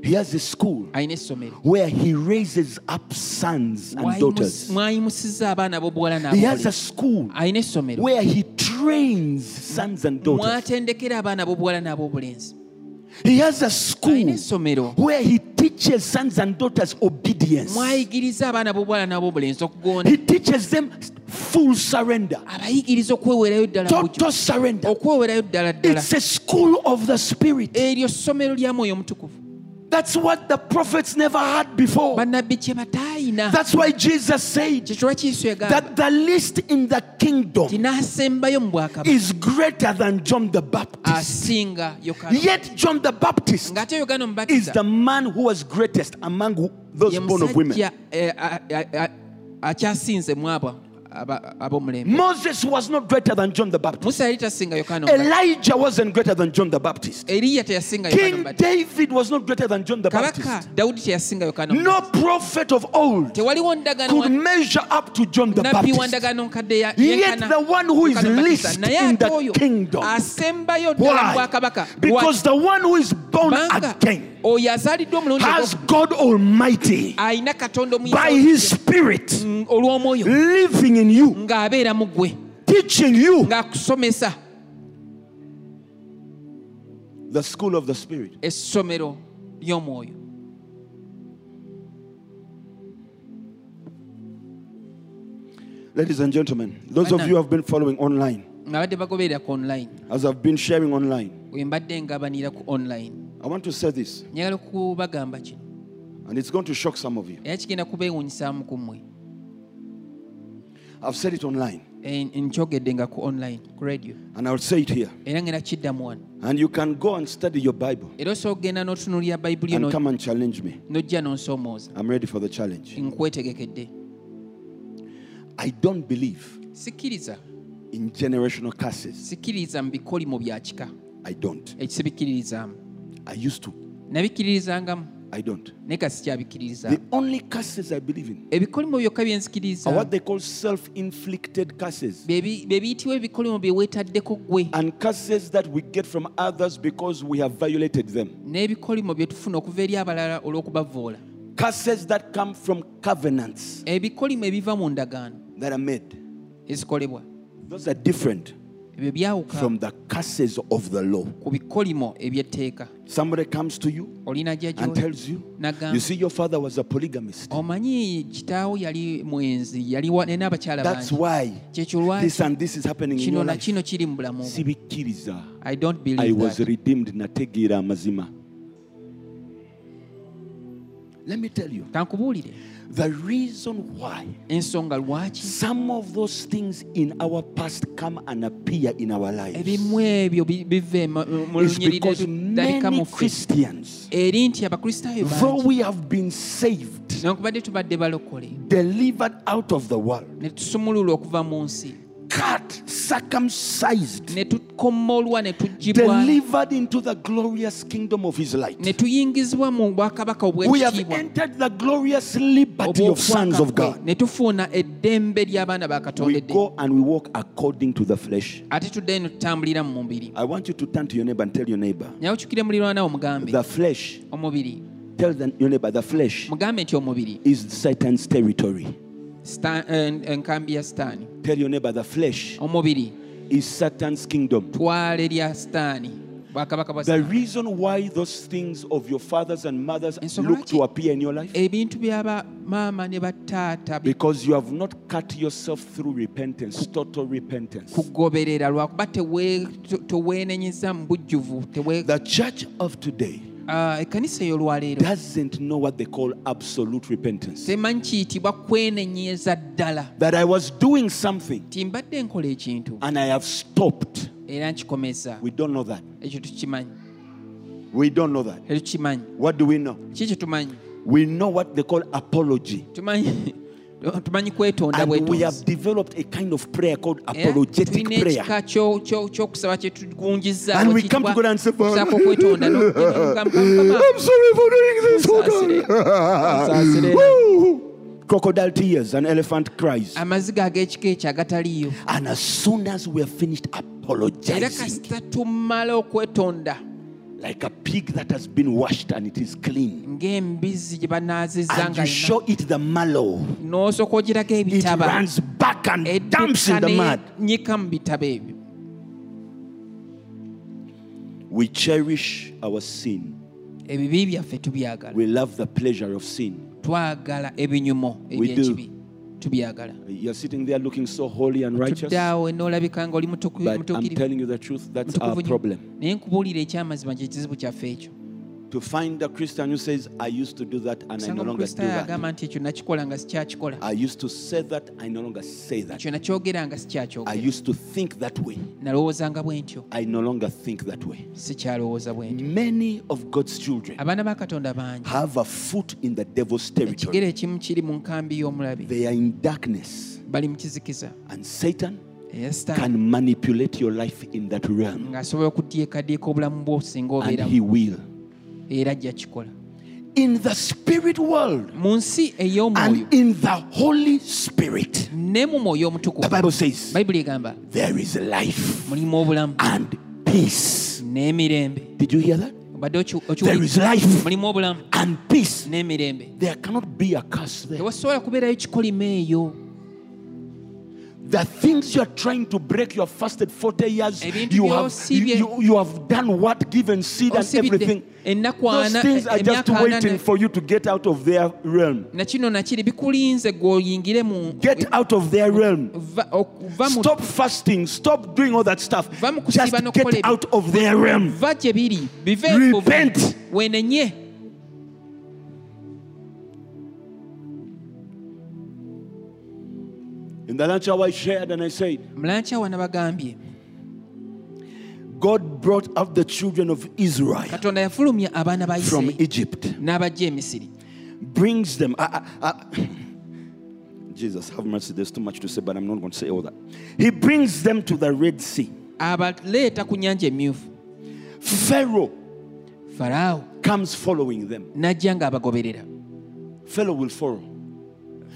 A: He has a school
B: alina essomero
A: where He raises up sons and
B: Mwayimusi-
A: daughters.
B: mwayimusizza abaana ab'obuwala
A: He has a
B: n'ababuwala
A: school
B: alina essomero
A: where He trains sons and daughters.
B: mwatendekera abaana ab'obuwala n'ab'obulenzi
A: He has a
B: alina
A: school
B: essomero
A: where He teaches sons and daughters obedience.
B: mwayigiriza abaana ab'obuwala n'ab'obulenzi okugonda
A: He teaches them full surrender,
B: abayigiriza okwewerayo ddala mu bujjuvu.
A: total surrender.
B: okwewerayo ddala ddala
A: It's a school of the Spirit.
B: eryo ssomero lya mwoyo omutukuvu
A: That's what the prophets never had before.
B: bannabbi kye bataayina
A: That's why Jesus said
B: kyekirwa kiiso yagamba
A: that the least in the
B: ti
A: kingdom
B: n'asembayo mu bwakabaka
A: is greater than John the Baptist.
B: asinga yokaana
A: Yet John the Baptist
B: ng'ate yokaana
A: is
B: omubatiza
A: the man who was greatest among w- those
B: ye
A: born of women.
B: musajja eh, a- a- a- akyasinze mu abo aba- ab'omulembe
A: Moses was not greater than John the Baptist.
B: musa yali tasinga yokaana omubatiza
A: Elijah wasn't greater than John the Baptist.
B: eriya teyasinga yokaana
A: King
B: omubatiza
A: David was not greater than John the
B: kabaka
A: Baptist.
B: dawudi teyasinga yokaana omubatiza
A: No prophet of old
B: tewaliwo ndagaano
A: could
B: wa-
A: measure up to John the
B: nabbi wa
A: Baptist.
B: ndagaano nkadde ya-
A: Yet
B: yenkana
A: the one who is
B: Yokaana Omubatiza.
A: least
B: naye
A: in
B: ate
A: the
B: oyo
A: kingdom.
B: asembayo ddala mu
A: Why?
B: bwakabaka Lwaki?
A: Because the one who is born
B: Kubanga
A: again
B: oyo azaaliddwa omulundi
A: has
B: ogwokubiri
A: God Almighty
B: alina katonda omuyinza
A: by His Spirit
B: Mm, olw'omwoyo
A: living in you,
B: ng'abeera mu ggwe
A: teaching you
B: ng'akusomesa
A: the school of the Spirit.
B: essomero ly'omwoyo
A: Ladies and gentlemen, those of you who have been following online,
B: nga badde bagoberera ku online
A: as I've been sharing online,
B: we mbadde ngabanira ku online
A: I want to say this,
B: njagala kubagamba kino
A: and it's going to shock some of you.
B: era kigenda kubeewunyisaamu ku mmwe
A: I've said it online,
B: Eh, nkyogedde nga ku online ku radio
A: and I'll say it here.
B: era ngenda kiddamu wano
A: And you can go and study your Bible
B: era osobola okugenda n'otunulira bayibuli yo
A: and
B: n'o-
A: come and challenge me.
B: n'ojja n'onsomooza
A: I'm ready for the challenge.
B: nkwetegekedde
A: I don't believe
B: sikkiriza
A: in generational curses.
B: sikkiriza mu bikolimo bya kika
A: I don't.
B: ekisibikkiririzaamu
A: I used to.
B: nabikkiririzangamu
A: I don't.
B: naye ka sikyabikkiririzaamu
A: The only curses I believe in
B: ebikolimo byokka bye
A: are
B: nzikiririzaamu
A: what they call self inflicted curses
B: bye bye biyitibwa ebikolimo bye weetaddeko ggwe
A: and curses that we get from others because we have violated them.
B: n'ebikolimo bye tufuna okuva eri abalala olw'okubavoola
A: Curses that come from covenants
B: ebikolimo ebiva mu ndagaano
A: that are made.
B: ezikolebwa
A: Those are different
B: ebyo byawuka
A: from the curses of the law.
B: ku bikolimo ebyetteeka
A: Somebody comes to you
B: olina jja
A: and
B: gy'oli
A: tells you,
B: n'agamba
A: You see, your father was a polygamist.
B: omanyi kitaawo yali mwenzi yali wa- nena abakyala
A: That's
B: bangi
A: why
B: kyekyo lwaki
A: this and this is happening in
B: kino
A: your
B: na
A: life.
B: kino kiri mu bulamu bwo.
A: Sibikiriza.
B: i don't
A: I
B: believe
A: was
B: that
A: redeemed nategeera amazima. Let me tell you,
B: kankubuulire
A: the reason why
B: ensonga lwaki
A: some of those things in our past come and appear in our lives
B: ebimu ebyo bi- biva ema- mu
A: is
B: lunyiriri
A: because
B: ddalika mu
A: many
B: ffe
A: Christians,
B: eri nti abakristaayo
A: though
B: bangi
A: we have been saved,
B: newankubadde tubadde balokole
A: delivered out of the world,
B: ne tusumululwa okuva mu nsi
A: cut, circumcised,
B: ne tukomolwa ne tugibwa
A: delivered into the glorious kingdom of his light.
B: ne tuyingizibwa mu bwakabaka
A: We have
B: obw'ekitiibwa
A: entered the glorious liberty of sons of
B: obw'obwakabaka
A: God.
B: ne tufuuna eddembe ly'abaana ba katonda
A: We
B: eddembe
A: go and we walk according to the flesh.
B: ate tuddayo ne tutambulira mu mubiri
A: I want you to turn to your neighbor and tell your neighbor,
B: naye okyukire muliraanawo omugambe
A: the flesh,
B: omubiri
A: tell the, your neighbor, the flesh
B: mugambe nti omubiri
A: is Satan's territory.
B: Sta- en- enkambi ya sitaani
A: Tell your neighbor, the flesh
B: Oh. omubiri
A: is Satan's kingdom.
B: twale lya sitaani bwakabaka bwa
A: The
B: sitaani
A: reason why those things of your fathers and mothers
B: And so
A: look
B: why-
A: to appear in your life
B: ebintu bya bamaama ne bataata bi-
A: because you have not cut yourself through repentance, total repentance.
B: kugoberera lwakuba tewe- to- toweenenyeza mu bujjuvu tewe-
A: The church of today
B: Ah, ekkanisa ey'olwaleero
A: doesn't know what they call absolute repentance.
B: temanyi kiyitibwa kwenenyeza ddala
A: That I was doing something
B: ti mbadde enkola ekintu
A: and I have stopped.
B: era nkikomeza
A: We don't know that.
B: ekyo tukimanyi
A: We don't know that.
B: tetukimanyi
A: What do we know?
B: ki kye tumanyi
A: We know what they call apology.
B: tumanyi tumanyi kwetonda
A: And we
B: bwetonzi
A: have developed a kind of prayer called
B: Era
A: apologetic
B: tulina
A: prayer.
B: ekika kyo- kyo- ky'okusaba kye tugunjizaawo
A: And we come to God and say, Father,
B: kusaako
A: *laughs*
B: okwetonda n'okugamba mukama
A: I'm sorry for doing this,
B: Onsaasire.
A: oh God.
B: Onsaasire.
A: *laughs* Woo! Crocodile tears and elephant cries.
B: amaziga ag'ekika ekyo agataliiyo
A: And as soon as we are finished
B: era
A: apologizing,
B: kasita tumala okwetonda
A: like a pig that has been washed and it is clean,
B: ng'embizi gye banaaziza
A: and
B: nga
A: you
B: yonna.
A: show it the mallow,
B: n'osooka ogirako
A: it
B: ebitaba
A: runs back and dumps
B: edduka
A: in the mud.
B: n'enyika mu bitaba ebyo
A: We cherish our sin.
B: ebibi byaffe tubyagala
A: We love the pleasure of sin.
B: twagala ebinyumo ebyekibi tubyagala
A: You're sitting there looking so holy and righteous,
B: tuddaawo n'olabika ng'oli mutuku-
A: but I'm
B: mutuukirivu
A: telling you the truth, that's our
B: mutukuvu nnyo.
A: problem.
B: naye nkubuulira ekyamazima kyekizibu kyaffe ekyo
A: To find a Christian who says, I used to do that and I
B: osanga
A: no longer do
B: omukristaayo
A: that.
B: agamba nti ekyo nakikola nga sikyakikola
A: I used to say that, I no longer say that.
B: ekyo nakyogera nga
A: I
B: sikyakyogera
A: used to think that way,
B: nalowoozanga bwe ntyo
A: I no longer think that way.
B: sikyalowooza bwe ntyo
A: Many of God's children
B: abaana ba katonda bangi
A: have a foot in the devil's territory.
B: ekigere ekimu kiri mu nkambi y'omulabi
A: They are in darkness,
B: bali mu kizikiza
A: and Satan
B: eya sitaani
A: can manipulate your life in that realm,
B: ng'asobola okudiikadiika obulamu bwo singa
A: and
B: obeeramu
A: he will.
B: era ajja kikola
A: In the spirit world
B: mu nsi ey'omwoyo
A: and in the Holy Spirit,
B: ne mu mwoyo
A: the
B: omutukuvu
A: Bible says
B: bayibuli egamba
A: there is life
B: mulimu obulamu
A: and peace.
B: n'emirembe
A: Did you hear that?
B: obadde oki-
A: There
B: okiwulidde
A: is life
B: mulimu obulamu
A: and peace.
B: n'emirembe
A: There cannot be a curse there.
B: tewasobola kubeerayo kikolima eyo
A: The things you are trying to break, you have fasted 40 years,
B: Ebintu
A: you have, you,
B: by'osibye.
A: you, you have done what, given seed and
B: osibidde
A: everything.
B: ennaku
A: Those
B: ana
A: things are
B: e-
A: just
B: emyaka
A: waiting
B: ana
A: for you to get out of their realm.
B: na kino nakiri bikulinze gwe oyingire mu
A: Get out of their realm.
B: Eh, va- okuva mu-
A: Stop fasting. Stop doing all that stuff.
B: Va mu kusiba
A: Just
B: n'okukola
A: get
B: ebyo.
A: out of their realm.
B: va gye biri bive buvi.
A: Repent.
B: wenenye
A: In the lunch hour, I shared and I said,
B: mulancawa nabagambye
A: God brought up the children of Israel
B: katonda yafulumya abaana ba
A: from
B: isirayiri
A: Egypt,
B: n'abajja e emisiri
A: brings them. I- I- I- *sighs* Jesus, have mercy. There's too much to say, but I'm not going to say all that. He brings them to the Red Sea.
B: abaleeta ku nnyanja emyufu
A: Pharaoh
B: faraawo
A: comes following them.
B: n'ajja ng'abagoberera
A: Pharaoh will follow.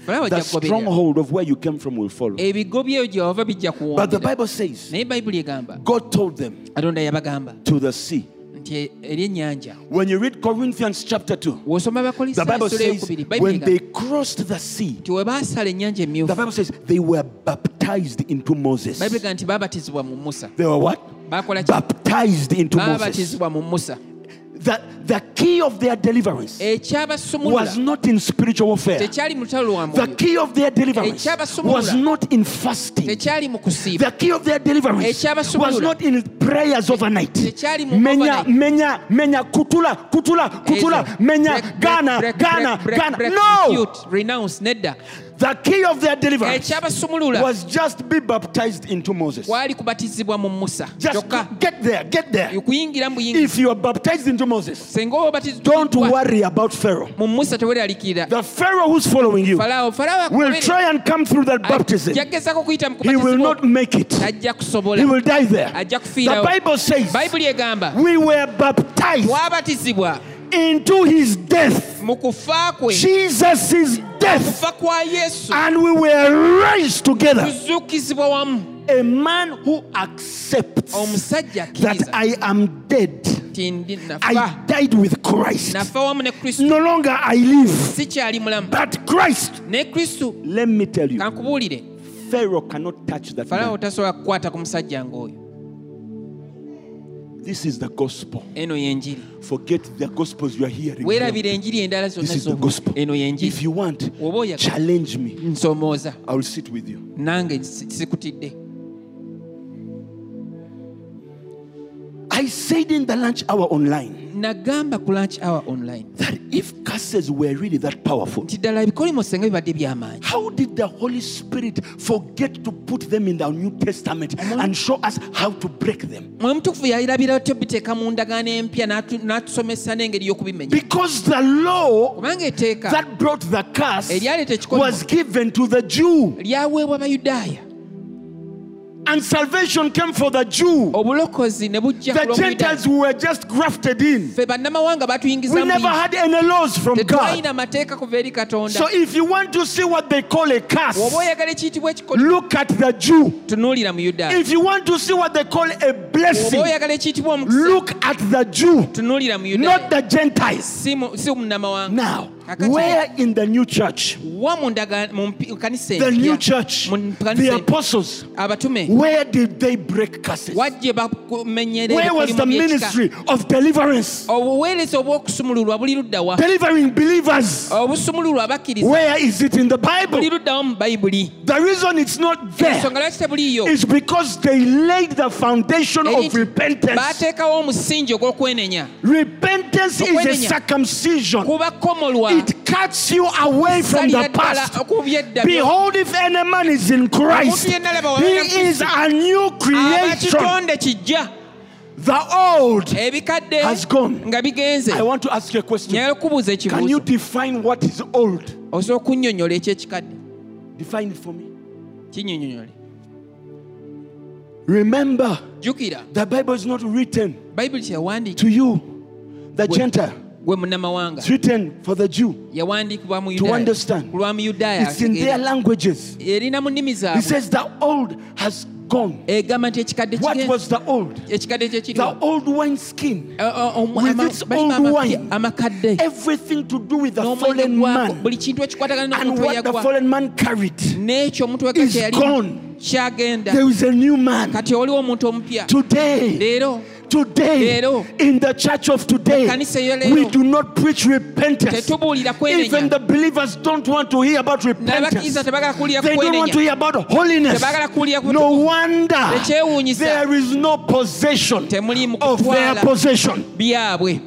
B: faraawo
A: The
B: ajja kugoberera
A: stronghold of where you came from will follow.
B: ebigo byeyo gye wava bijja
A: But the
B: kuwonera
A: Bible says
B: naye bayibuli egamba
A: God told them
B: katonda yabagamba
A: to the sea.
B: nti e- eri ennyanja
A: When you read Corinthians chapter 2,
B: w'osoma
A: the Bible says
B: bakolisaayokubiri bayibuli
A: when they
B: egamba
A: crossed the sea,
B: nti we baasala ennyanja
A: the
B: emyufu
A: Bible says they were baptized into Moses.
B: bayibuli egamba nti baabatizibwa mu musa
A: They were what?
B: Bakola ki?
A: Baptized into Moses.
B: baabatizibwa mu musa
A: The, the key of their
B: Eh,
A: deliverance
B: ekyabasumulula
A: was not in spiritual warfare.
B: tekyali mu lutalo lwa
A: The
B: mwoyo
A: key of their deliverance
B: Ekyabasumulula.
A: was not in fasting.
B: tekyali mu kusiiba
A: The key of their
B: Eh,
A: deliverance
B: Ekyabasumulula.
A: was not in prayers overnight.
B: tekyali mu
A: Menya,
B: overnight.
A: menya, menya, kutula, kutula, kutula,
B: Ezo.
A: menya,
B: Eh, Break, break,
A: Ghana,
B: break,
A: Ghana,
B: break, break,
A: Ghana.
B: break,
A: No!
B: refute, renounce nedda
A: The key of their
B: Eh,
A: deliverance
B: ekyabasumulula
A: was just be baptized into Moses.
B: kwali kubatizibwa mu musa
A: Just
B: kyokka
A: get there, get there.
B: okuyingira mu buyingiza
A: If you are baptized into Moses,
B: singa oba obatizibwa
A: don't worry about Pharaoh.
B: mu musa teweraalikirira
A: The Pharaoh who's following you
B: falawo falawo
A: will
B: akugoberera.
A: try and come through that baptism.
B: ajja kugezako okuyita mu
A: He will
B: kubatizibwa
A: not make it.
B: tajja
A: He
B: kusobola
A: will die there.
B: ajja
A: The
B: kufiirawo
A: Bible says
B: bayibuli egamba
A: we were baptized
B: twabatizibwa
A: into his death.
B: mu kufa kwe
A: Jesus' death.
B: kufa kwa yesu
A: And we were raised together.
B: tuzuukizibwa wamu
A: A man who accepts
B: omusajja
A: that
B: akkiriza
A: I am dead.
B: nti ndi nafa
A: I died with Christ.
B: nafa wamu ne kristo
A: No longer I live,
B: sikyali mulamu
A: but Christ.
B: ne kristo
A: Let me tell you,
B: kankubuulire
A: Pharaoh cannot touch that
B: falawo
A: man.
B: tasobola kukwata ku musajja ng'oyo
A: This is the gospel.
B: eno yenjiri
A: Forget the gospels you are hearing.
B: weerabira enjiri endala zonna
A: This is the
B: zo-
A: gospel.
B: eno
A: If
B: yenjiri
A: you want,
B: Woba oyagala.
A: challenge me.
B: nsomooza
A: I will sit with you.
B: nange si- sikutidde
A: I said in the lunch hour online
B: nagamba ku lunch hour online
A: that if curses were really that powerful,
B: nti ddala ebikolimosenga bibadde by'amaanyi
A: how did the Holy Spirit forget to put them in the New Testament and show us how to break them?
B: mwe mutukuvu yalabira otyo biteeka mu ndagaano empya n'atu- n'atusomesa n'engeri y'okubimenya
A: Because the law
B: kubanga etteeka
A: that brought the curse
B: Eryaleeta ekikolimo.
A: was given to the Jew,
B: lyaweebwa abayudaaya
A: and salvation came for the Jew.
B: Oh, obulokozi ne bujja ku
A: The
B: lw'Omuyudaaya.
A: Gentiles were just grafted in.
B: ffe bannamawanga batuyingiza
A: We
B: mu
A: never
B: bintu.
A: had any laws from God.
B: tetwalina mateeka kuva eri katonda
A: So if you want to see what they call a curse,
B: oba oyagala ekiyitibwa ekikolo
A: look at the Jew.
B: tunuulira mu yudaaya
A: If you want to see what they call a
B: oba
A: blessing,
B: oyagala ekiyitibwa omukisa
A: look at the Jew,
B: tunuulira mu
A: not
B: yudaaya
A: the Gentiles.
B: si mu- si munnamawanga
A: Now,
B: Kakati.
A: where in the new church,
B: wa mu ndaga- mu mpi- mu kanisa
A: the
B: empya,
A: new church,
B: mu
A: the
B: kanisa empya,
A: apostles,
B: abatume
A: where did they break curses?
B: wajje bakumenyera
A: Where was
B: ebikolimo
A: the
B: by'ekika.
A: ministry of deliverance?
B: obuweereza obw'okusumululwa buli luddawa
A: Delivering believers.
B: obusumululwa abakkiriza
A: Where is it in the
B: buli
A: Bible?
B: luddawo mu bayibuli
A: The reason it's not there
B: ensonga lwaki tebuliyo
A: is because they laid the foundation
B: Eri
A: of
B: nti
A: repentance.
B: baateekawo omusingi ogw'okwenenya
A: Repentance is a
B: Okwenenya.
A: circumcision.
B: kubakomolwa
A: It cuts you away from
B: Salira
A: the
B: ddala
A: past.
B: okubyedda
A: Behold, if any man is in Christ,
B: Omuntu yenna laba
A: he
B: wabeera mu
A: is a new creation.
B: abakitonde kijja
A: The old.
B: ebikadde
A: Has gone.
B: nga bigenze
A: I want to ask you a question.
B: nyagala kubuuza
A: Can you
B: ekibuuzo
A: define what is old?
B: osobola okunnyonnyola ekyekikadde
A: Define it for me.
B: kinnyonnyonyole
A: Remember,
B: jjukira
A: the Bible is not written
B: bayibuli kyeyawandiika
A: to you, the Gentile.
B: gwe munnamawanga
A: It's written for the Jew.
B: yawandiikibwa mu
A: To
B: Yudaaya.
A: understand.
B: Ku lwa muyudaaya
A: It's in their languages.
B: erina mu nnimi
A: He
B: zaabwe
A: says the old has gone.
B: egamba nti ekikadde
A: What
B: kigenze.
A: was the old?
B: ekikadde kye kiri
A: The old wineskin.
B: Eh, eh, omu-
A: With
B: ama-
A: its
B: balima
A: old
B: amapya-
A: wine.
B: amakadde
A: Everything to do with the
B: n'omwenge
A: fallen
B: gwako
A: man
B: buli kintu ekikwatagana
A: and
B: n'omuntu
A: what the
B: eyagwa
A: fallen man carried.
B: n'ekyo omuntu weka
A: is
B: kyeyali
A: gone.
B: kyagenda
A: There is a new man.
B: kati oliwo omuntu omupya
A: Today,
B: leero
A: today,
B: Leero.
A: in the church of today,
B: Kanisa eyo leero.
A: we do not preach repentance.
B: tetubuulira
A: Even
B: kwenenya
A: the believers don't want to hear about repentance.
B: n'abakkiriza tebagala kuwulira
A: They don't want to
B: kwenenya
A: hear about holiness.
B: tebagala kuwulira ku-
A: No wonder
B: Tekyewuunyisa.
A: there is no possession
B: temuli mu
A: of their
B: kutwala
A: possession.
B: byabwe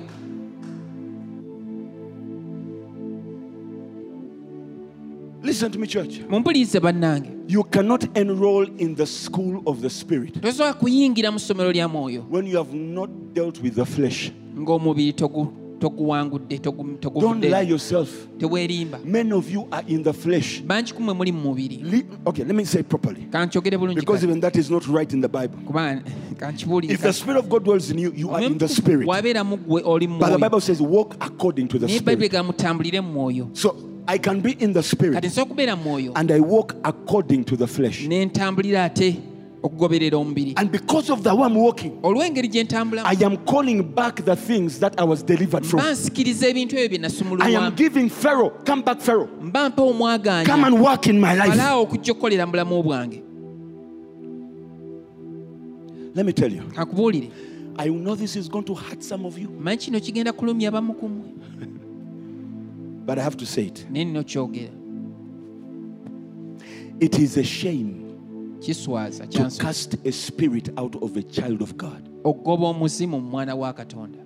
A: Listen to me, church.
B: mumpulirize bannange
A: You cannot enroll in the school of the Spirit
B: tosobola kuyingira mu ssomero lya mwoyo
A: when you have not dealt with the flesh.
B: ng'omubiri togu- toguwangudde togu-
A: Don't lie
B: toguvudde
A: yourself.
B: teweerimba
A: Many of you are in the flesh.
B: bangi kumwe muli mu mubiri
A: Le- Okay, let me say it properly.
B: kankyogere bulungi
A: Mm. Because
B: kati.
A: even that is not right in the Bible.
B: kubanga eh,
A: If the
B: kankibuuliriza
A: Spirit of God dwells in you, you are in the Spirit.
B: wabeera mu ggwe oli mu
A: But the
B: mwoyo
A: Bible says, walk according to the
B: naye bayibuli
A: Spirit.
B: ga mutambulire mu mwoyo
A: So I can be in the Spirit
B: kati nsobola kubeera mu mwoyo
A: and I walk according to the flesh.
B: ne ntambulira ate okugoberera omubiri
A: And because of the way I'm walking,
B: olw'engeri gye ntambulamu
A: I am calling back the things that I was delivered
B: mba
A: from.
B: nsikiriza ebintu ebyo bye
A: I am
B: nasumululwamu
A: giving Pharaoh, come back, Pharaoh.
B: mba mpa
A: Come
B: omwagaanya
A: and work in my life.
B: balaawo okujja okukolera mu bulamu bwange
A: Let me tell you,
B: kankubuulire
A: I know this is going to hurt some of you,
B: manyi kino kigenda kulumya abamu ku mmwe
A: but I have to say it.
B: naye nino kyogera
A: It is a shame
B: kiswaza
A: to
B: kyanso
A: cast a spirit out of a child of God.
B: okugoba omuzimu mu mwana wa katonda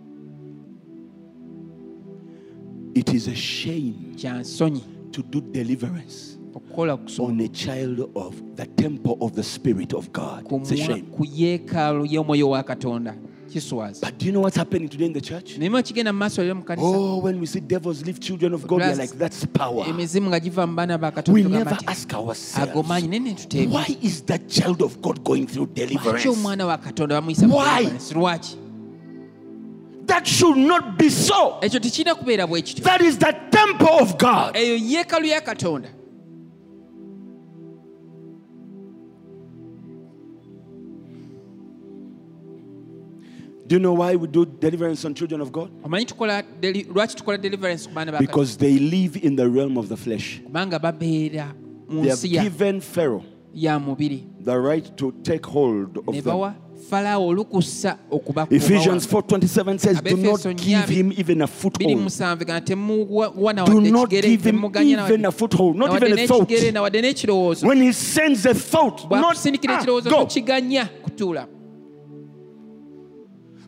A: It is a shame
B: kya nsonyi
A: to do deliverance
B: okukola ku kusoma
A: on a child of the temple of the Spirit of God.
B: ku
A: It's a
B: mwa-
A: shame.
B: ku yeekaalu y'omwoyo wa katonda kiswaza
A: But do you know what's happening today in the church?
B: naye okigenda mu maaso leero mu kanisa
A: Oh, when we see devils leave children of God, we're
B: Plus-
A: like, that's power.
B: emizimu nga giva mu baana ba katonda
A: We
B: tugamba
A: never
B: nti,
A: ask
B: ago maanyi
A: ourselves,
B: nene tuteeka
A: why is that child of God going through
B: lwaki
A: deliverance?
B: omwana wa katonda bamuyisa mu
A: Why?
B: deliverance? lwaki
A: That should not be so.
B: ekyo tekirina kubeera bwe kityo
A: That is the temple of God.
B: eyo yeekalu ya katonda
A: Do you know why we do deliverance on children of God?
B: omanyi tukola deli- lwaki tukola deliverance ku baana ba katonda?
A: Because they live in the realm of the flesh.
B: kubanga babeera mu
A: They have
B: nsi ya-
A: given Pharaoh
B: ya mubiri
A: the right to take hold
B: ne
A: of them.
B: bawa falaawo olukusa
A: Ephesians
B: okubakubawa
A: 4:27 says, "Do not
B: Abefeso
A: give
B: nnya-
A: him even a foothold.
B: gana temuwana
A: Do
B: wadde
A: not
B: ekigere
A: give him
B: temuganya
A: even a
B: nawadde
A: foothold, not
B: nawadde
A: even a thought.
B: n'ekigere nawadde n'ekirowoozo
A: When he sends a thought, not
B: bw'akusindikira
A: ah,
B: ekirowoozo
A: go.
B: tokiganya kutuula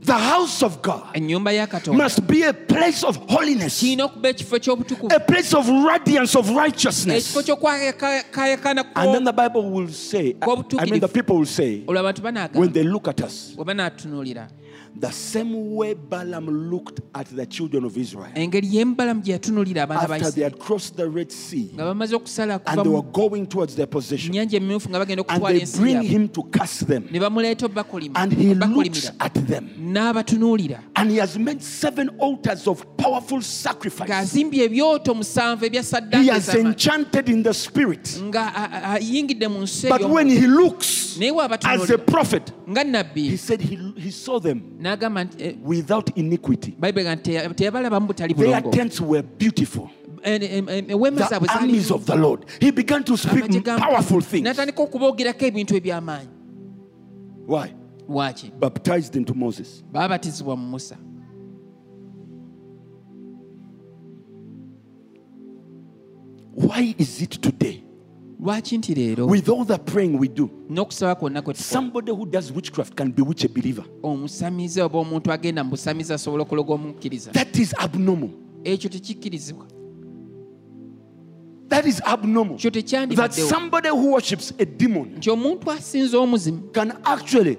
A: The house of God
B: ennyumba ya katonda
A: must be a place of holiness,
B: kirina okuba ekifo ky'obutukuvu
A: a place of radiance of righteousness.
B: ekifo ky'okwakayakana
A: And then the Bible will say, I I mean, the people will say,
B: olwo abantu
A: when
B: banaagamba
A: they look at us,
B: bwe banaatunuulira
A: the same way Balaam looked at the children of Israel
B: engeri y'embalamu gye yatunuulira abaana ba
A: after they
B: isirayiri
A: had crossed the Red Sea
B: nga bamaze okusala kuva
A: and they
B: mu
A: were going towards their possession.
B: nnyanja emyufu nga bagenda
A: And
B: okutwala
A: they
B: ensi
A: bring
B: yaabwe
A: him to curse them.
B: ne bamuleeta obakulima
A: And he looks at them.
B: n'abatunuulira
A: And he has made seven altars of powerful sacrifice.
B: ng'azimbye ebyoto musanvu
A: He
B: ebya saddaaka
A: has
B: ez'amaanyi,
A: enchanted in the spirit.
B: nga a- a- ayingidde mu nsi
A: But
B: eyo-
A: when he looks
B: naye
A: as a
B: waabatunuulira
A: prophet,
B: nga
A: he
B: nabbi
A: said he, he saw them
B: n'agamba nti eh,
A: without iniquity.
B: bayibuli nga teya- teyabalabamu butali
A: Their
B: bulongo Eh,
A: tents were beautiful.
B: En- em- em- eweema zaabwe
A: The armies of the Lord. He began to
B: amagye
A: speak
B: ga
A: powerful
B: Mukama.
A: things.
B: n'atandika okuboogerako ebintu eby'amaanyi
A: Why?
B: lwaki
A: Baptized into Moses.
B: baabatizibwa mu musa
A: Why is it today,
B: lwaki nti leero
A: with all the praying we do,
B: n'okusaba kwonna kwe tukola
A: somebody who does witchcraft can bewitch a believer?
B: omusamize oba omuntu agenda mu busamize asobola okuloga omukkiriza
A: That is abnormal.
B: ekyo tekikkirizibwa
A: That is abnormal.
B: kyo
A: That
B: tekyandibaddewo
A: somebody who worships a demon
B: nti omuntu asinza omuzimu
A: can actually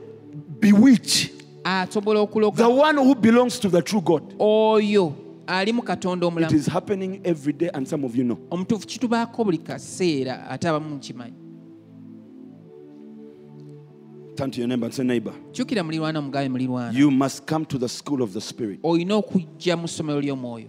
A: bewitch
B: asobola okuloga
A: the one who belongs to the true God.
B: oyo ali mu katonda
A: It
B: omulamu
A: is happening every day, and some of you know.
B: omutuufu kitubaako buli kaseera ate abamu mukimanyi
A: Turn to your neighbor and say, Neighbor,
B: kyukira muliraano mugabe muliraano
A: you must come to the school of the Spirit.
B: olina okujja mu ssomero ly'omwoyo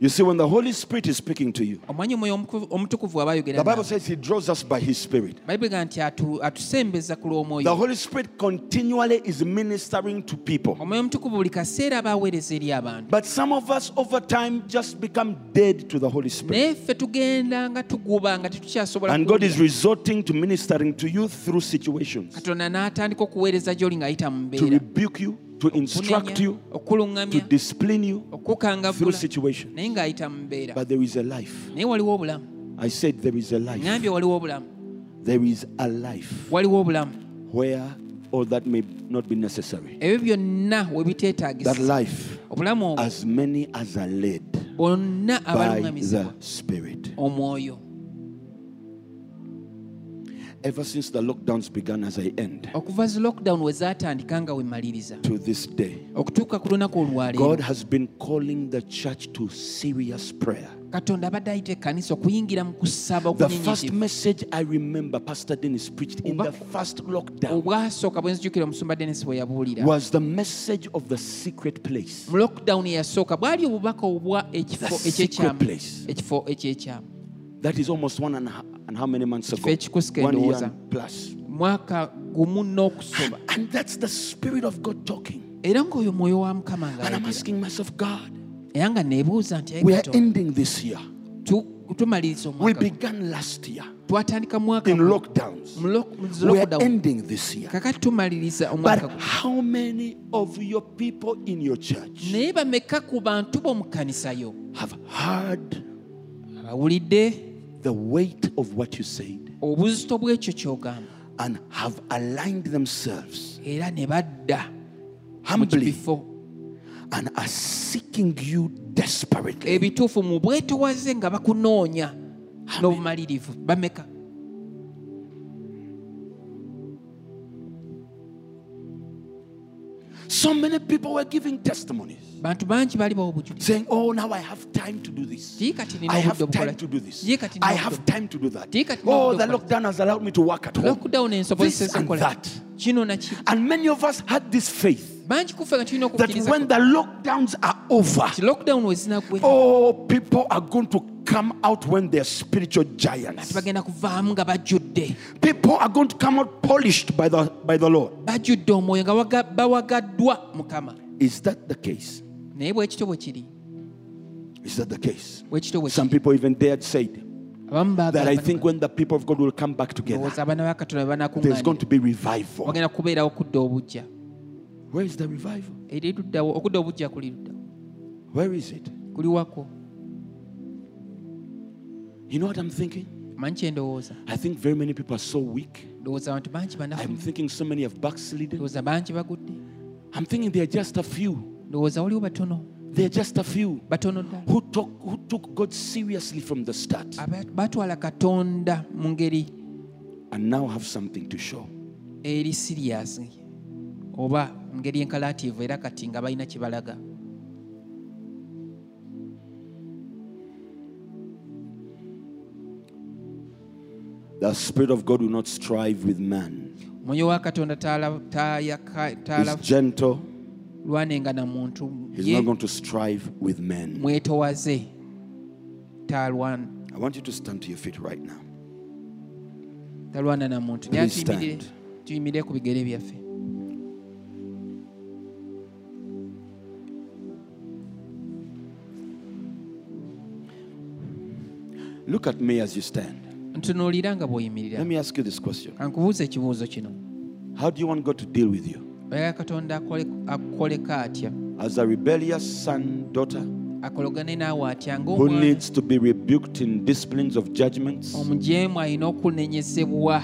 A: You see, when the Holy Spirit is speaking to you,
B: omwanya omwoyo omuku- omutukuvu aba ayogera
A: the Bible
B: nawe.
A: says He draws us by His Spirit.
B: bayibuli ega nti atu- atusembeza ku
A: The
B: lw'omwoyo
A: Holy Spirit continually is ministering to people.
B: omwoyo omutukuvu buli kaseera aba aweereza eri abantu
A: But some of us over time just become dead to the Holy Spirit.
B: naye ffe tugenda nga tuguba nga tetukyasobola
A: And God
B: kuwulira.
A: is resorting to ministering to you through situations
B: katonda n'atandika okuweereza gy'oli ng'ayita mu
A: to
B: mbeera
A: rebuke you, to instruct you, to
B: okukuluŋŋamya
A: discipline you through
B: okukukangavvula
A: situations.
B: naye ng'ayita mu mbeera
A: But there is a life.
B: naye waliwo obulamu
A: I said there is a life.
B: ŋambye waliwo obulamu
A: There is a life
B: waliwo obulamu
A: where all that may not be necessary.
B: ebyo byonna we
A: That
B: biteetaagisa
A: life,
B: obulamu obwo
A: as many as are led
B: bonna
A: by the
B: abaluŋamizibwa
A: Spirit.
B: omwoyo
A: Ever since the lockdowns began, as I end,
B: okuva zi lockdown we zaatandika nga we maliriza
A: to this day,
B: okutuuka ku lunaku
A: God
B: olwaleero
A: has been calling the church to serious prayer.
B: katonda abadde ayita ekkanisa okuyingira mu kusaba
A: The first
B: okunyinyitivu
A: message I remember Pastor Dennis preached in the first lockdown
B: obwasooka bwe nzijukira omusumba denis bwe yabuulira
A: was the message of the secret place.
B: mu lockdown eyasooka bwali obubaka obwa ekifo
A: The secret
B: ekyekyamu
A: place.
B: ekifo ekyekyamu
A: That is almost one and, a, and how many months ago?
B: Kifo
A: One year
B: ekikusikendowooza.
A: and plus.
B: mwaka gumu n'okusoba
A: And that's the Spirit of God talking.
B: era ng'oyo mwoyo wa mukama
A: And I'm
B: ng'ayogera
A: asking myself, God,
B: era nga neebuuza nti "Ayi
A: we are
B: Katonda,
A: ending this year.
B: tu- tumaliriza
A: We
B: omwaka
A: began last year
B: twatandika mwaka
A: in
B: mu-
A: lockdowns.
B: mu lock- mu zi
A: We are
B: lockdown.
A: ending this year.
B: kakati tumaliriza omwaka
A: But
B: guno.
A: how many of your people in your church
B: naye bameka ku bantu bo mu kkanisa yo
A: have heard
B: abawulidde
A: the weight of what you said
B: obuzito bw'ekyo ky'ogamba
A: and have aligned themselves
B: era ne badda mu
A: humbly
B: kibifo
A: and are seeking you desperately?
B: ebituufu mu bwetowaze nga bakunoonya n'obumalirivu bameka
A: So many people were giving testimonies
B: bantu bangi bali bawa obujulizi
A: saying, Oh, now I have time to do this.
B: Ti kati nina
A: I
B: obudde
A: have
B: obukola
A: time
B: ki?
A: to do this.
B: Ye kati nina
A: I
B: obudde
A: have
B: obukola.
A: time to do that.
B: Ti kati nina
A: Oh,
B: obudde
A: the
B: obukola.
A: lockdown has allowed me to work at home.
B: lockdown
A: This
B: ensobozeseza
A: and
B: okukola
A: that.
B: kino naki
A: And many of us had this faith
B: bangi kuffe nga tulina
A: that
B: okukkiriza
A: when the lockdowns are over,
B: ti lockdown wezinagwe
A: oh, people are going to come out when they're spiritual giants.
B: bagenda kuvaamu nga bajjudde
A: People are going to come out polished by the, by the Lord.
B: bajjudde omwoyo nga waga- bawagaddwa mukama
A: Is that the case?
B: naye bwekityo bwe kiri
A: Is that the case?
B: bwekityo bwe
A: Some
B: kiri
A: people even dared said
B: abamu
A: that I
B: baagamba
A: think when the people of God will come back together,
B: ndowooza abaana bakatonda
A: there's going
B: banakuŋŋaanira
A: to be revival.
B: wagenda kubeerawo okudda obujja
A: Where is the revival?
B: eri luddawo okudda obujja kuli luddawo
A: Where is it?
B: kuli wako
A: You know what I'm thinking?
B: manyi kyendowooza
A: I think very many people are so weak.
B: ndowooza abantu bangi banafu
A: I'm thinking so many have backslidden.
B: ndowooza bangi bagudde
A: I'm thinking they are just a few.
B: ndowooza waliwo batono
A: They're just a few
B: batono ddala
A: who took, who took God seriously from the start
B: Aba- batwala katonda mu ngeri
A: and now have something to show.
B: eri sirias oba mu ngeri enkalatiivu era kati nga balina kye balaga
A: The Spirit of God will not strive with man.
B: omwoyo wa katonda
A: He's gentle.
B: talwanenga na muntu
A: He's
B: ye
A: not going to strive with men.
B: mwetowaze talwana
A: I want you to stand to your feet right now.
B: talwana na muntu naye
A: Please
B: tuyimirire
A: stand.
B: tuyimirire ku bigere byaffe
A: Look at me as you stand.
B: ntunuulira nga bw'oyimirira
A: Let me ask you this question
B: kankubuuza ekibuuzo kino
A: How do you want God to deal with you?
B: oyagala katonda akole- akukoleka atya
A: As a rebellious son, daughter,
B: akologane naawe atya
A: who
B: ngaomwana
A: needs to be rebuked in disciplines of judgments,
B: omujeemu alina okunenyezebwa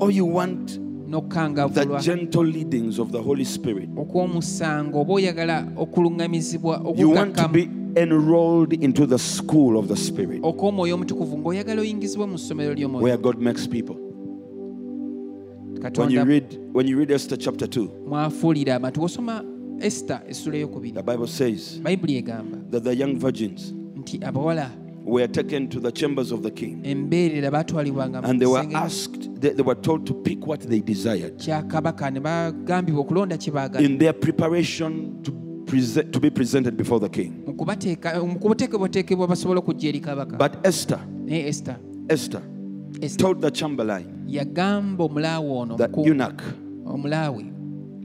A: or you want the
B: n'okukangavvulwa
A: gentle leadings of the Holy Spirit?
B: okw'omusango oba oyagala okuluŋŋamizibwa
A: You want to
B: okukakkamu
A: be enrolled into the school of the Spirit
B: okw'omwoyo omutukuvu ng'oyagala oyingizibwe mu ssomero ly'omwoyo
A: where God makes people. When
B: katonda
A: you read, when you read Esther chapter 2,
B: mwafuulira abantu osoma esita essula eyokubiri
A: the Bible says
B: bayibuli egamba
A: that the young virgins
B: nti abawala
A: were taken to the chambers of the king
B: embeerera baatwalibwanga mu
A: and they were
B: kisenge
A: asked, they, they were told to pick what they desired.
B: kya kabaka ne bagambibwa okulonda kye baagala
A: in their preparation to, present, to be presented before the king.
B: mu kubateeka- mu kubateekebwateekebwa basobole okujja eri kabaka
A: But Esther,
B: naye esita
A: Esther
B: esita
A: told the chamberlain,
B: yagamba omulaawe ono
A: the
B: omukungu,
A: eunuch,
B: omulaawe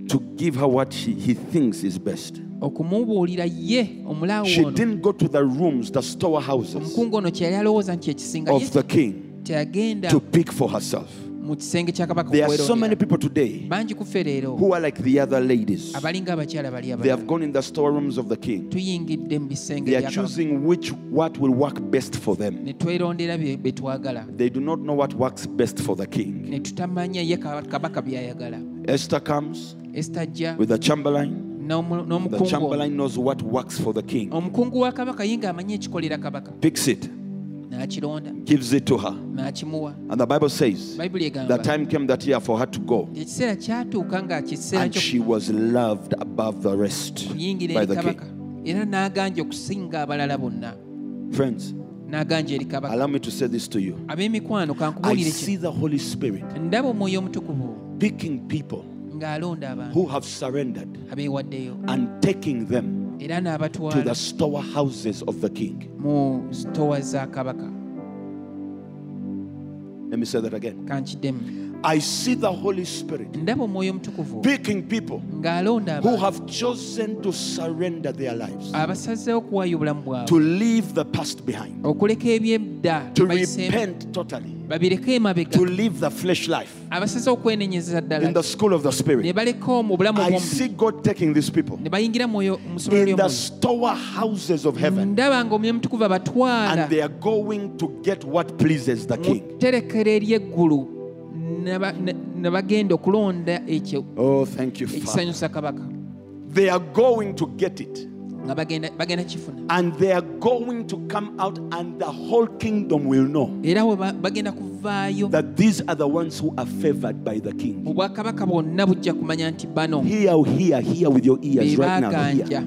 A: to give her what she, he thinks is best.
B: okumubuulira ye omulaawe
A: She
B: ono
A: didn't go to the rooms, the storehouses
B: omukungu ono kye yali alowooza nti ekisinga ye
A: of the king
B: teyagenda
A: to pick for herself.
B: mu kisenge kya kabaka
A: There are so many
B: okwerondera
A: people today
B: bangi kuffe leero
A: who are like the other ladies.
B: abalinga abakyala bali
A: They
B: abala
A: have gone in the storerooms of the king.
B: tuyingidde mu bisenge
A: They are
B: bya kabaka
A: choosing which what will work best for them.
B: ne twerondera bye bye twagala
A: They do not know what works best for the king.
B: ne tutamanya ye ka- kabaka byayagala
A: Esther comes
B: esita ajja
A: with the chamberlain.
B: n'omu-
A: The
B: n'omukungu ono.
A: chamberlain knows what works for the king,
B: omukungu wa kabaka ye ng'amanyi ekikolera kabaka
A: picks it,
B: n'akironda
A: gives it to her.
B: n'akimuwa
A: And the Bible says,
B: bayibuli
A: The
B: egamba
A: time came that year for her to go,
B: ekiseera kyatuuka nga kiseera
A: and
B: ky'oku-
A: she was loved above the rest
B: kuyingira
A: by
B: eri
A: the
B: kabaka
A: king.
B: era n'aganja okusinga abalala bonna
A: Friends,
B: n'aganja eri kabaka
A: allow me to say this to you.
B: ab'emikwano
A: I
B: kankubuulire
A: see
B: kino
A: the Holy Spirit
B: ndaba omwoyo omutukuvu
A: picking people
B: ng'alonda abantu
A: who have surrendered
B: abeewaddeyo
A: and taking them
B: era
A: to the
B: n'abatwala
A: storehouses of the king.
B: mu sitowa za kabaka
A: Let me say that again.
B: kankiddemu
A: I see the Holy Spirit
B: ndaba omwoyo omutukuvu
A: picking people
B: ng'alonda
A: who
B: abantu
A: have chosen to surrender their lives,
B: abasazeewo okuwaayo obulamu
A: to
B: bwabwe
A: leave the past behind.
B: okuleka ebyedda
A: to
B: bayiseemu
A: repent totally,
B: babireko emabega
A: to live the flesh life
B: abasazeewo okwenenyezeza ddala
A: in the school of the
B: ne
A: Spirit.
B: baleka mu bulamu
A: I
B: bw'omu
A: see God taking these people
B: ne bayingira mwoyo mu ssomero
A: in the
B: ly'omwoyo
A: storehouses of heaven,
B: ndaba ng'omwoyo omutukuvu abatwala
A: and they are going to get what pleases the
B: mu
A: King.
B: tterekero ery'eggulu ne ba- ne- ne bagenda okulonda ekyo
A: Oh, thank you, Father.
B: ekisanyusa kabaka
A: They are going to get it.
B: nga bagenda bagenda kifuna
C: And they are going to come out, and the whole kingdom will know
B: era bwe ba- bagenda kuvaayo
C: that these are the ones who are favored by the king.
B: obwakabaka bwonna bujja kumanya nti bano
C: Hear, hear, hear with your ears
B: be
C: right now.
B: baaganja
C: Hear.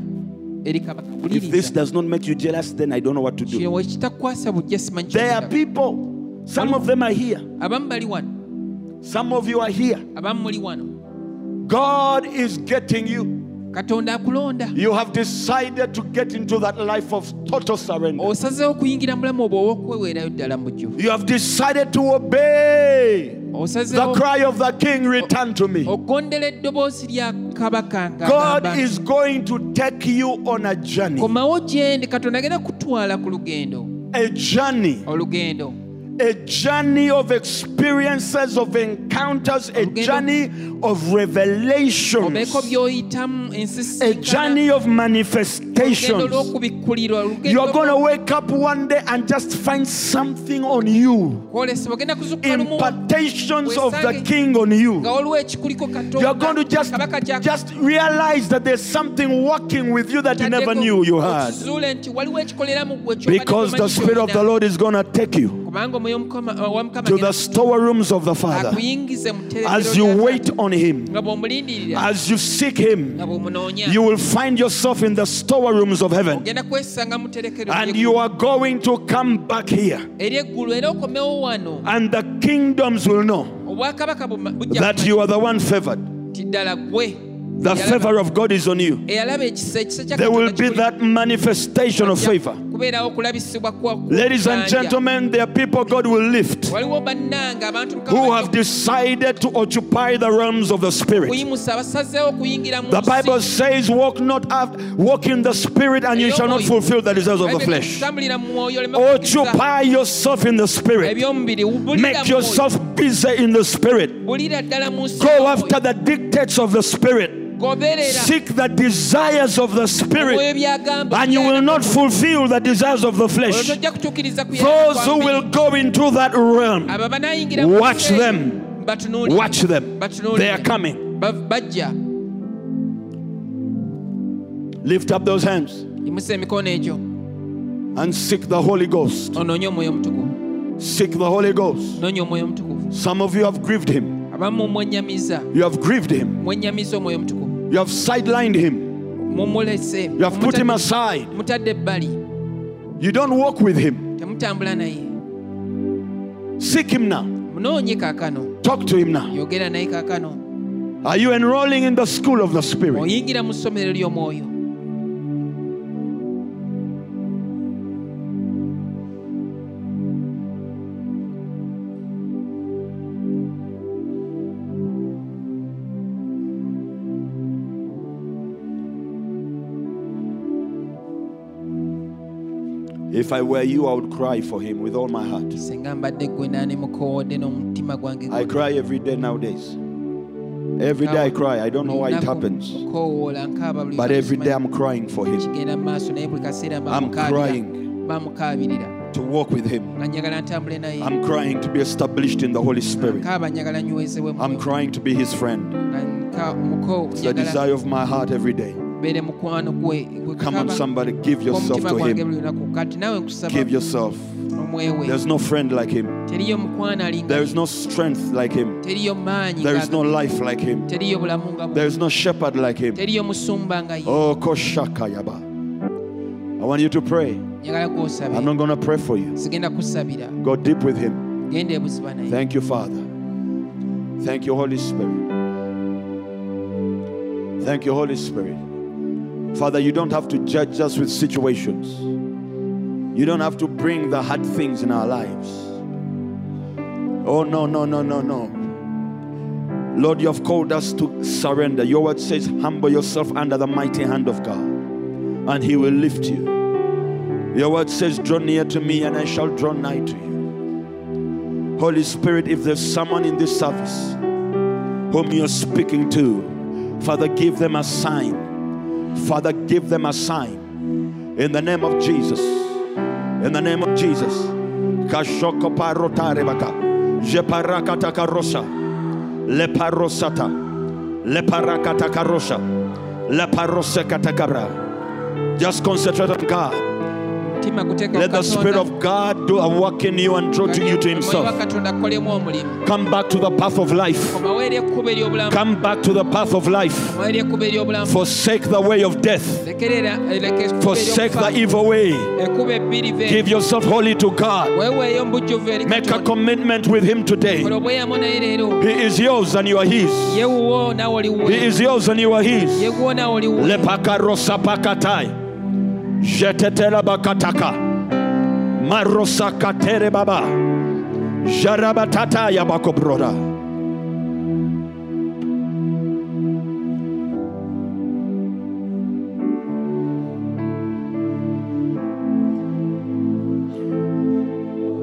B: eri kabaka
C: If this
B: wuliriza
C: does not make you jealous, then I don't know what to do.
B: kino wekitakwasa bujja simanyi
C: There are
B: kyogera.
C: people, some of them are here,
B: abamu bali wano
C: some of you are here.
B: abamu muli wano
C: God is getting you.
B: katonda akulonda
C: You have decided to get into that life of total surrender.
B: osazeewo okuyingira mulamu obwo ow'okweweerayo ddala mu gyo
C: You have decided to obey the
B: osazeewo
C: cry of the king, return to
B: Oh.
C: me.
B: ogondera eddoboozi lya kabaka
C: God
B: nga
C: is going to take you on a journey.
B: komawo gyendi katonda agenda kutwala ku lugendo
C: A journey.
B: olugendo
C: A journey of experiences, of encounters, a journey of revelations,
B: obeeko byoyitamu
C: a
B: ensisinkana
C: journey of
B: olugendo
C: manifestations.
B: lw'okubikkulirwa
C: You're going
B: olugendo
C: to wake up one day and just find something on you.
B: kwolesebwa ogenda kuzukka lumu
C: Impartations of the king on you.
B: nga waliwo ekikuliko
C: You are going to just,
B: katonda
C: just realize that there's something working with you that you never knew you had.
B: okizuule nti waliwo ekikoleramu gwe ky'obadde
A: Because the
B: tomanyi
A: Spirit of the
B: ky'olina.
A: Lord is going to take you
B: kubanga omwoyo omukama- wa mukama
A: to
B: agenda
A: the storerooms of the Father
B: akuyingize mu tterekero
A: as you
B: lya
A: wait on Him,
B: nga bw'omulindiririra
A: as you seek Him.
B: nga bw'omunoonya
A: You will find yourself in the storerooms of heaven
B: ogenda kwesanga mu tterekero
A: and
B: ly'eggulu.
A: you are going to come back here.
B: eri eggulu era okomewo wano
A: And the kingdoms will know
B: obwakabaka buma- bujja
A: that you are the one favored.
B: kumanya nti ddala gwe Eh,
A: The
B: eyalaba-
A: favor of God is on you.
B: eyalaba ekisa ekisa
A: There
B: kya Katonda
A: will be
B: kikuli-
A: that manifestation of
B: kujja
A: favor.
B: kubeerawo okulabisibwa kwa- kwa-
A: Ladies and
B: kubanja.
A: gentlemen, there are people God will lift
B: waliwo bannanga abantu Mukama
A: who
B: bajja
A: have decided to occupy the realms of the Spirit.
B: kuyimusa abasazeewo okuyingira mu
A: The
B: nsi.
A: Bible says, Walk not after, walk in the Spirit, and you shall not fulfill the desires of the
B: Bayibuli
A: flesh.
B: etutambulira mu mwoyo, oleme kukkiriza
A: Occupy yourself in the Spirit.
B: eby'omubiri bulira
A: Make
B: mu
A: yourself busy in the Spirit.
B: mwoyo. bulira ddala mu nsi
A: Go
B: y'omwoyo.
A: after the dictates of the Spirit.
B: goberera
A: Seek the desires of the Spirit,
B: omwoyo by'agamba
A: and you will not fulfill the desires of the
B: Olwo
A: flesh.
B: tojja kutuukiriza ku yeekaalu
A: Those
B: kwa
A: who
B: mubiri.
A: will go into that realm,
B: abo abanayingira mu
A: Watch
B: nsi eyo,
A: them.
B: batunuulire.
A: watch them.
B: Batunuulire.
A: They are coming.
B: Ba- bajja
A: Lift up those hands
B: imusa emikono egyo
A: and seek the Holy Ghost.
B: onoonye omwoyo omutukuvu
A: Seek the Holy Ghost.
B: noonya omwoyo omutukuvu
A: Some of you have grieved Him.
B: abamu mwenyamiza
A: You have grieved Him.
B: mwenyamiza omwoyo omutukuvu
A: You have sidelined him.
B: mumulese
A: You have put him
B: mumutadde-
A: aside.
B: mutadde ebbali
A: You don't walk with him.
B: temutambula naye
A: Seek him now.
B: munoonye kaakano
A: Talk to him now.
B: yogera naye kaakano
A: Are you enrolling in the school of the Spirit?
B: oyingira mu ssomero ly'omwoyo
A: If I were you, I would cry for him with all my heart.
B: singa mbadde ggwe naane mukoowodde n'omutima gwange
A: I cry every day nowadays. Every day I cry. I don't know why it happens.
B: koowoola nkaaba buli
A: But every
B: lunaku
A: day I'm crying for him
B: kigenda mu maaso naye buli kaseera
A: I'm
B: bamukaabira-
A: crying.
B: bamukaabirira
A: to walk with him.
B: nga njagala ntambule naye
A: I'm crying to be established in the Holy Spirit.
B: nkaaba njagala nywezebwe
A: I'm crying to be his friend. It's the desire of my heart every day.
B: beere mukwano gwe gwe
A: Come on,
B: kukaba
A: somebody, give yourself
B: kw'omutima
A: to
B: gwange
A: him.
B: buli lunaku kati naawe nkusaba
A: Give yourself.
B: omwewe
A: There's no friend like him.
B: teriyo mukwano
A: There is
B: alinga
A: no strength like him.
B: teriyo maanyi
A: There
B: nga-
A: is no life like him.
B: teriyo bulamu nga bwe
A: There is no shepherd like him.
B: teriyo musumba nga ye
A: Oh, Koshakayaba. I want you to pray.
B: njagala gwosabe
A: I'm not going to pray for you.
B: sigenda kusabira
A: Go deep with him.
B: genda ebuziba naye
A: Thank you, Father. Thank you, Holy Spirit. Thank you, Holy Spirit. Father, you don't have to judge us with situations. You don't have to bring the hard things in our lives. Oh, no, no, no, no, no. Lord, you have called us to surrender. Your word says, Humble yourself under the mighty hand of God, and he will lift you. Your word says, Draw near to me, and I shall draw nigh to you. Holy Spirit, if there's someone in this service whom you're speaking to, Father, give them a sign. Father, give them a sign. In the name of Jesus. In the name of Jesus. Kashoko parotarebaka. Jeparakata karosa. Leparosata. Leparakata karosha. Leparosekata kabra. Just concentrate on God.
B: mutima guteeka
A: Let
B: ku
A: the Spirit
B: Katonda.
A: of God do a work in you and draw to you to
B: Omwoyo wa
A: Himself.
B: katonda akolemu omulimu
A: Come back to the path of life.
B: komawo eri ekkuba ery'obulamu
A: Come back to the path of life.
B: komawo eri ekkuba ery'obulamu
A: Forsake the way of death.
B: lekerera leka ekkuba
A: Forsake the
B: ery'okufa.
A: evil way.
B: ekkuba ebbirive
A: Give yourself wholly to God.
B: weeweeyo mubujjuvu eri
A: Make a
B: katonda
A: commitment with Him today.
B: kola obweyamo naye leero
A: He is yours and you are His.
B: ye wuwo naawe oli wuwe
A: He is yours and you are His.
B: ye gwo naawe oli wuwe
A: lepakarosa pakatai jetetera bakataka marosa katere baba jarabatata yabakobrora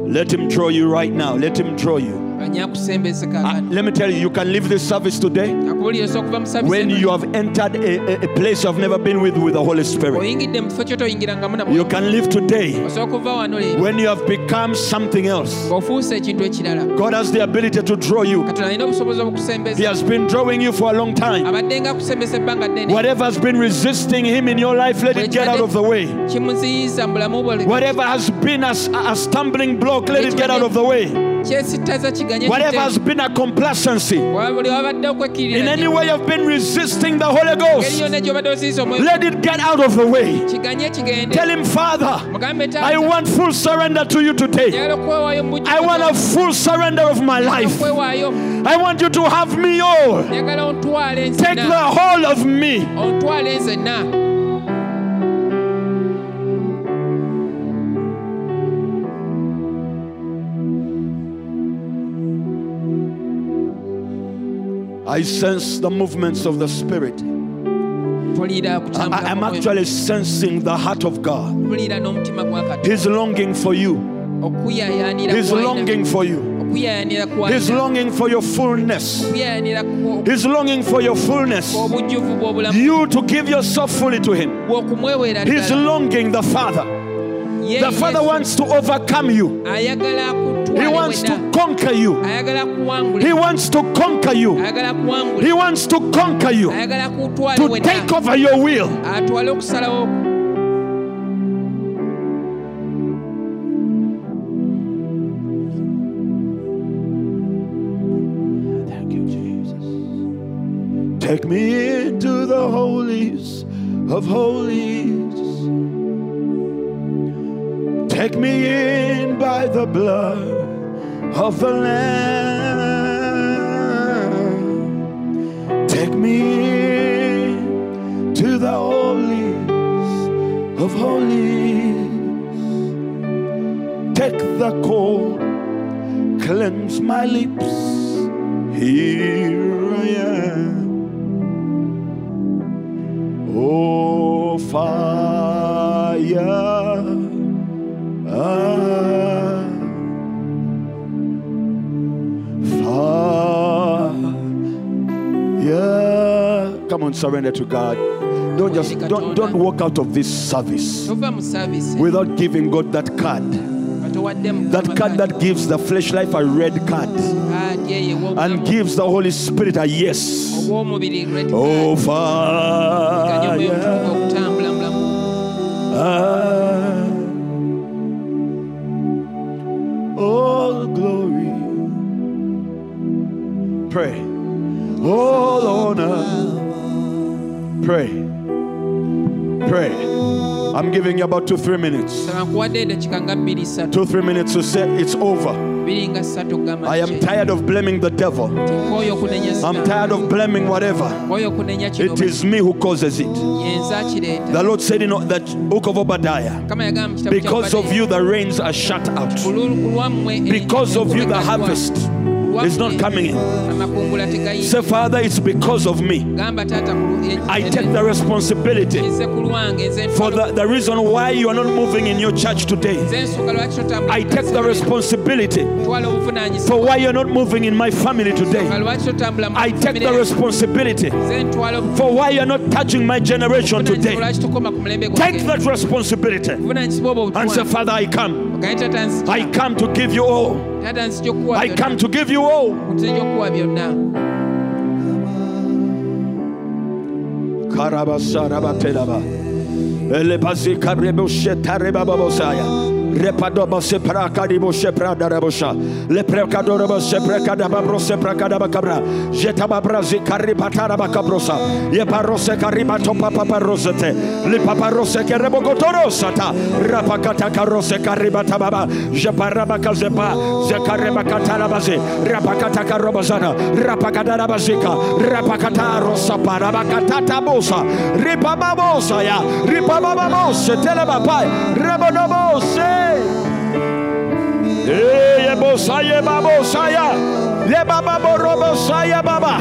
A: Let him draw you right now. Let him draw you.
B: anyakusembeze
A: Uh,
B: kaakano
A: let me tell you, you can leave this service today
B: akubulira osobola okuva mu
A: when you have entered a, a, a place you've never been with with the Holy Spirit.
B: oyingidde mu kifo kyotoyingirangamu
A: You
B: namu
A: can live today
B: osobola kuva wano leero
A: when you have become something else.
B: ng'ofuusa ekintu ekirala
A: God has the ability to draw you.
B: katonda alina obusobozi
A: He
B: obukusembeza
A: has been drawing you for a long time.
B: abadde nga akusembeza ebbanga ddene
A: Whatever has been resisting Him in your life, let it get out of the way.
B: kimuziyiza mu bulamu bwe
A: Whatever has been a, a stumbling block, let it get out of the way.
B: kyesittaza kiganye
A: Whatever has been a complacency,
B: buli wabadde
A: in
B: okwekkirira
A: any way you've been resisting the Holy
B: engeri
A: Ghost,
B: yonna gy'obadde oziyiza omwe
A: let it get out of the way.
B: kiganye kigende
A: Tell Him, Father,
B: mugambe
A: I
B: taata
A: want full surrender to you today.
B: njagala okwewaayo mu
A: I want a
B: bujjuvu
A: full surrender of my life.
B: okwewaayo
A: I want you to have me all.
B: njagala ontwale
A: Take the
B: nzena
A: whole of me.
B: ontwale nzena
A: I sense the movements of the Spirit.
B: mpulira
A: I, I am
B: kutambula
A: actually sensing the heart of God.
B: mpulira n'omutima gwa katonda
A: He's longing for you.
B: okuyayaanira
A: He's
B: kwalina
A: longing for you.
B: okuyayaanira
A: He's
B: kwalina
A: longing for your fullness.
B: okuyayaanira
A: He's longing for your fullness.
B: obujjuvu bw'obulamu
A: You to give yourself fully to Him.
B: bw'okumwewera
A: He's
B: ddala
A: longing, the Father.
B: Ye
A: The Father
B: Yesu
A: wants to overcome you,
B: ayagala
A: He
B: akutwale
A: wants to
B: wena
A: conquer you.
B: ayagala
A: He
B: kuwangula
A: wants to conquer you.
B: ayagala
A: He
B: kuwangula
A: wants to conquer you,
B: ayagala kuutwale
A: to
B: wena
A: take over your will.
B: atwale okusalawo
A: Thank you, Jesus. Take me into the holies of holies. Take me in by the blood of the Lamb. Take me in to the holies of holies. Take the cold, cleanse my lips. Here I am. Oh, fire. Ah, fire. Come on, surrender to God. Don't just don't, don't walk out of this service
B: tova mu saavisi
A: without giving God that card.
B: atowadde
A: That card that gives the flesh life a red card
B: kaadi eyo
A: and
B: ew'obulamu
A: gives the Holy Spirit a yes.
B: obw'omubiri red
A: Oh, ah,
B: card. Ganya omwoyo omutukuvu
A: fire.
B: okutambula mu bulamu
A: All glory. Pray. All honor. Pray. Pray. I'm giving you about two, three minutes.
B: saba nkuwadde eddakiika nga bbiri ssatu
A: Two, three minutes to say it's over.
B: bbiri nga ssatu okugamba
A: I am tired of blaming the devil.
B: nkooyo okunenya
A: I'm tired of blaming whatever.
B: nkooyo okunenya kino
A: It is me who causes it.
B: yenza akireeta
A: The Lord said in the book of Obadiah,
B: kama yagamba mu kitabu kya
A: Because of
B: Obadiah,
A: you, the rains are shut out.
B: "Ku lul- ku lwammwe eri-
A: Because of you, the
B: enkuba
A: harvest
B: kagwa.
A: is not coming in.
B: amakungula tegayinza
A: Say, Father, it's because of me.
B: gamba taata ku lu- en-
A: I take the responsibility
B: nze ku lwange nze
A: for
B: ntwala-
A: the, the reason why you are not moving in your church today.
B: nze nsooka lwaki totambula
A: I take the responsibility
B: ntwala
A: for
B: obuvunaanyizibwa
A: why you're not moving in my family
B: nga
A: today.
B: lwaki totambula mu
A: I take the
B: famire-
A: responsibility
B: nze ntwala obuvunaanyizibwa
A: for why you're not touching my generation today.
B: lwaki tukoma ku mulembe gwange?
A: Take that responsibility
B: Obuvunaanyizibwa obwo
A: and say,
B: obutwange.
A: Father, I come.
B: Kale taata nzija-
A: I come to give you all.
B: taata nzija okuwa
A: I
B: byonna.
A: come to give you all.
B: Nzija okuwa byonna
A: Karabasarabatedaba. Elepazika rebo shetare bababosaya. Repadobo sepraka ribo sheprada rebosha. Leprekado rebo seprekada babro seprekada bakabra. Jetababra zikari patara bakabrosa. Yeparose karibato papaparosete. Lipaparose kerebogotorosa. Rapakata karose karibata baba. Jeparabaka zepa. Zekarebakatarabaze. Rapakata karobazana. Rapakadarabazika. Rapakatarosa parabakatatabosa. Ripababosa ya. Ripabababose. Telebapai. Rebonobose. Eye bosaya babosaya. Le baba borobosaya baba.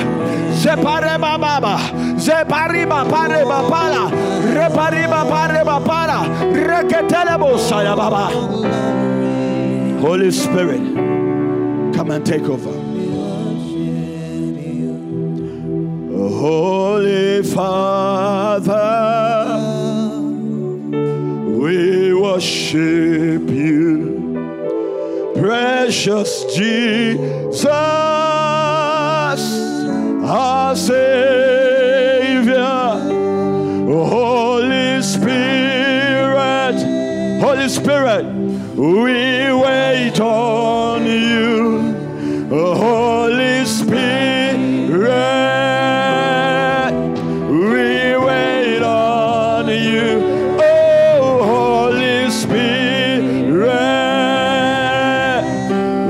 A: Separe baba. Separiba pare bapala. Repariba pare bapala. Reketele bosaya baba. Holy Spirit, come and take over. Holy Father, we worship you precious Jesus, our Savior, Holy Spirit, Holy Spirit, we wait on you, Holy Spirit, we wait on you, oh Holy Spirit,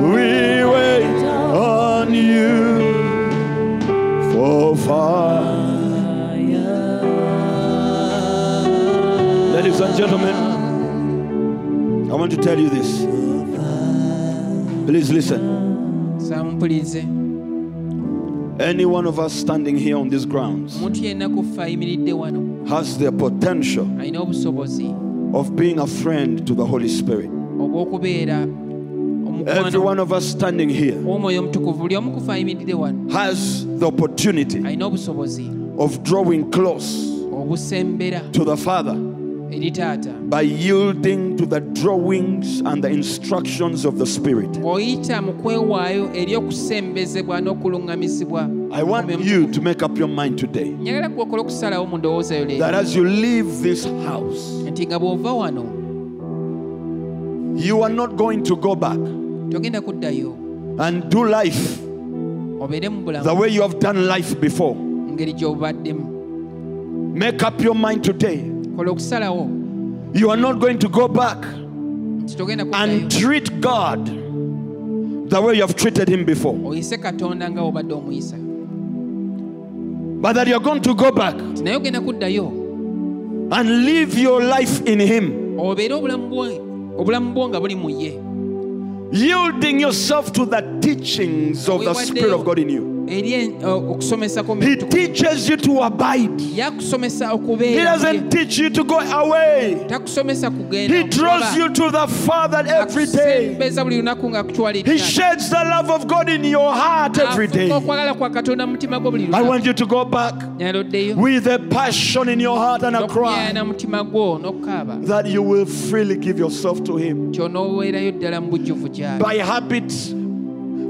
A: we wait on you for fire. Ladies and gentlemen, I want to tell you this. Please listen.
B: samumpulirize
A: Any one of us standing here on these grounds
B: omuntu yenna ku ffe ayimiridde wano
A: has the potential
B: alina obusobozi
A: of being a friend to the Holy Spirit.
B: obw'okubeera
A: Every
B: omukwano
A: one of us standing here
B: w'omwoyo omutukuvu buli omu kufa ayimiridde wano
A: has the opportunity
B: alina obusobozi
A: of drawing close
B: obusembera
A: to the Father
B: eri taata
A: by yielding to the drawings and the instructions of the Spirit.
B: oyita mu kwewaayo eri okusembezebwa n'okuluŋŋamizibwa
A: I want you to make up your mind today
B: njagala gwokole okusalawo mu ndowooza yo leero
A: that as you leave this house,
B: nti nga bw'ova wano
A: you are not going to go back
B: togenda kuddayo
A: and do life
B: obeere mu
A: the
B: bulamu
A: way you have done life before.
B: ngeri gy'obubaddemu
A: Make up your mind today.
B: kola okusalawo
A: You are not going to go back
B: nti togenda kuddayo
A: and treat God the way you have treated Him before,
B: oyise katonda nga bw'obadde omuyisa
A: but that you're going to go back
B: Nti naye ogenda kuddayo
A: and live your life in Him,
B: obeere obulamu bwe- obulamu bwo nga buli mu ye
A: yielding yourself to the teachings of the Spirit of God in you.
B: eri en- o- okusomesako mu
A: He
B: Omutukuvu.
A: teaches you to abide.
B: yakusomesa
A: He
B: okubeera mu ye.
A: doesn't teach you to go away.
B: takusomesa
A: He
B: kugenda
A: draws you to the Father every day.
B: akusembeza buli lunaku ng'akutwala
A: He
B: eri taata.
A: sheds the love of God in your heart every day.
B: Afuka okwagala kwa katonda mu mutima gwo
A: I
B: buli lunaku
A: want you to go back
B: naloddeyo
A: with a passion in your heart and a cry
B: n'okuyaana mutima gwo n'okukaaba
A: that you will freely give yourself to Him
B: kyonooweerayo ddala mu bujjuvu gyali
A: by habit,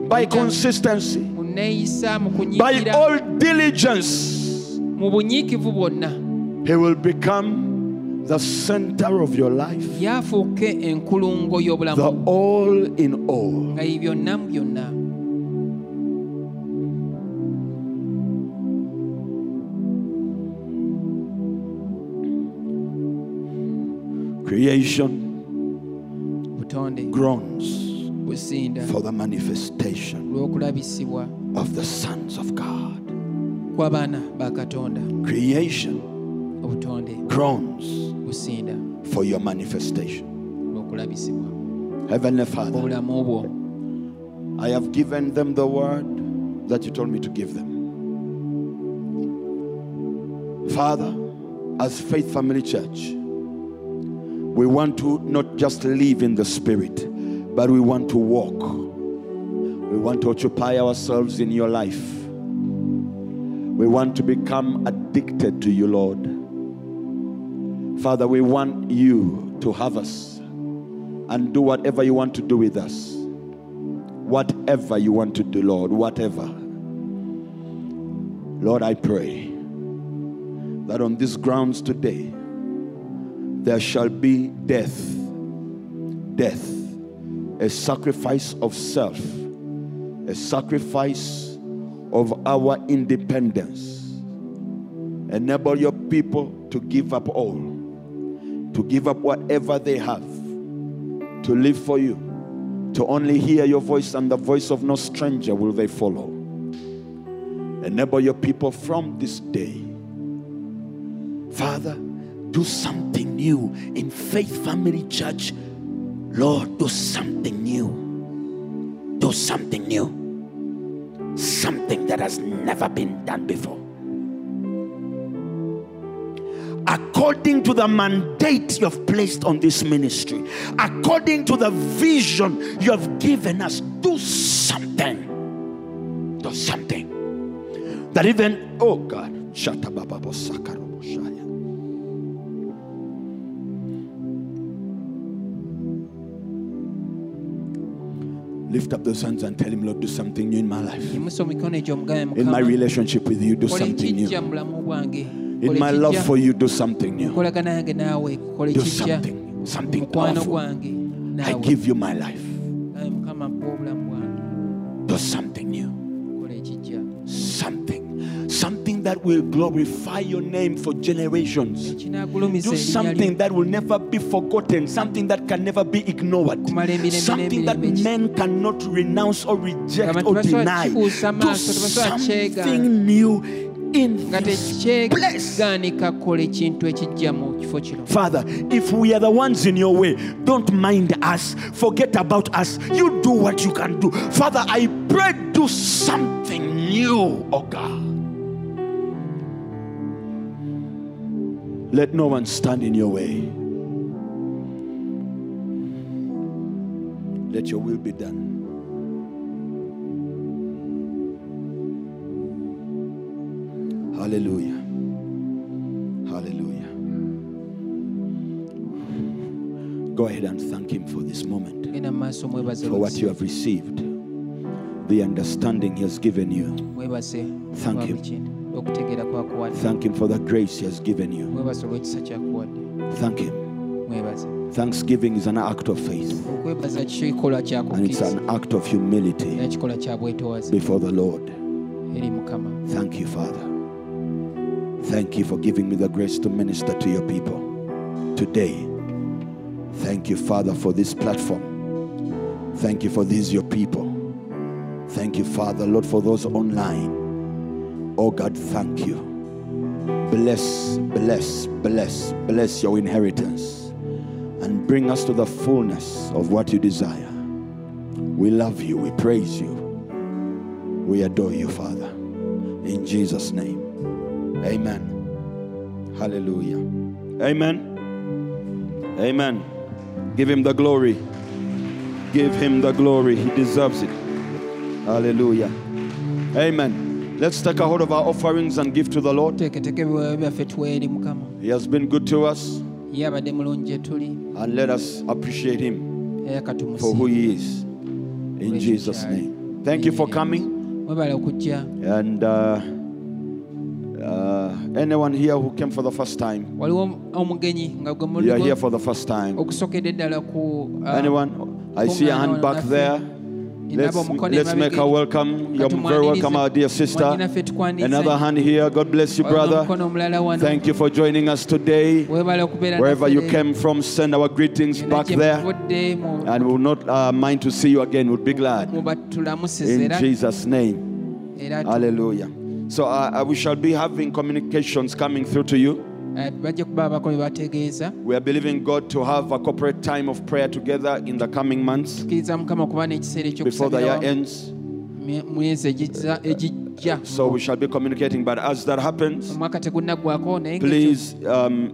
A: by consistency,
B: mu neeyisa mu
A: by
B: kunyiikira
A: all diligence.
B: mu bunyiikivu bwonna
A: He will become the center of your life,
B: yafuuke enkulungo
A: the
B: y'obulamu
A: all in all.
B: nga ye byonna mu byonna
A: Creation
B: butonde
A: groans
B: businda
A: for the manifestation
B: olw'okulabisibwa
A: of the sons of God.
B: kw'abaana ba katonda
A: Creation
B: obutonde
A: groans
B: businda
A: for your manifestation.
B: olw'okulabisibwa
A: Heavenly Father,
B: obulamu bwo
A: I have given them the word that you told me to give them. Father, as Faith Family Church, we want to not just live in the Spirit, but we want to walk. We want to occupy ourselves in your life. We want to become addicted to you, Lord. Father, we want you to have us and do whatever you want to do with us whatever you want to do, Lord, whatever. Lord, I pray that on these grounds today, there shall be death. Death. A sacrifice of self. A sacrifice of our independence. Enable your people to give up all, to give up whatever they have, to live for you, to only hear your voice and the voice of no stranger will they follow. Enable your people from this day. Father, do something new in Faith Family Church. Lord, do something new. Do something new. Something that has never been done before. according to the mandate you have placed on this ministry, according to the vision you have given us, do something. Do something. That even, oh God, shatabababo sakaroboshaya. Lift up those hands and tell him, Lord, do something new in my life.
B: yimusa emikono egyo omugabe
A: In my
B: mukama
A: relationship with you, do
B: kola
A: something new.
B: ekijja mu bulamu bwange
A: In my love for you, do something new.
B: kolagana yange naawe kola
A: Do
B: ekijja
A: something, something
B: mukwano
A: powerful.
B: gwange
A: I
B: naawe
A: give you my life.
B: Ayi mukama mpa obulamu bwange
A: Do something new.
B: kola ekijja
A: Something. Something that will glorify your name for generations.
B: ekinaagulumiza
A: Do
B: erinnya lyo
A: something that will never be forgotten, something that can never be ignored,
B: Kumala emirembe
A: something that
B: n'emirembe.
A: men cannot renounce or reject
B: Abantu
A: or
B: tebasobola
A: deny. Do
B: kukikuusa maaso, tebasobola kukyegaana.
A: something new in
B: nga
A: this place.
B: tekyegaanika kukola ekintu ekijja mu kifo kino
A: Father, if we are the ones in your way, don't mind us. Forget about us. You do what you can do. Father, I pray, do something new, oh God. Let no one stand in your way. Let your will be done. Hallelujah. Hallelujah. Go ahead and thank Him for this moment,
B: genda mu maaso mwebaze
A: for what you have received, the understanding He has given you.
B: mwebase
A: Thank you.
B: okutegeera kwakuwadde
A: Thank Him for the grace He has given you.
B: mwebase olw'ekisa kyakuwadde
A: Thank Him.
B: mwebaze
A: Thanksgiving is an act of faith,
B: okwebaza kikolwa kya
A: and it's
B: kukkiriza
A: an act of humility
B: n'ekikolwa kya bwetoowaze
A: before the Lord.
B: eri mukama
A: Thank you, Father. Thank you for giving me the grace to minister to your people today. Thank you, Father, for this platform. Thank you for these, your people. Thank you, Father, Lord, for those online. Oh God, thank you. Bless, bless, bless, bless your inheritance and bring us to the fullness of what you desire. We love you, we praise you, we adore you, Father. In Jesus' name. Amen. Hallelujah. Amen. Amen. Give him the glory. Give him the glory. He deserves it. Hallelujah. Amen. Let's take a hold of our offerings and give to the Lord.
B: tuteeketeeke ebiweebwa byaffe tweri mukama
A: He has been good to us,
B: ye abadde mulungi gye tuli
A: and let us appreciate him
B: era
A: for who
B: katumusi
A: he is. In Jesus' name. Thank you for coming.
B: mwebala okujja
A: And uh, uh, anyone here who came for the first time,
B: waliwo omugenyi nga gwe
A: You are
B: muligo
A: here for the first time.
B: okusokedde eddala ku ah,
A: Anyone? I see a hand back there. Let's, let's make her welcome. You're very welcome, our dear sister. Another hand here. God bless you,
B: Oh,
A: brother. Thank you for joining us today. Wherever you came from, send our greetings back there. And we will not uh, mind to see you again. We'll be glad. In Jesus' name. Hallelujah. So uh, uh, we shall be having communications coming through to you.
B: bajja kuba abako bye bategeeza
A: We are believing God to have a corporate time of prayer together in the coming months
B: kkiriza mukama okuba n'ekiseera
A: before the year
B: ekyokusabira
A: ends.
B: mwezi egiza- egijja
A: So we shall be communicating. But as that happens,
B: omwaka tegunnaggwako naye ng'ekyo
A: please um,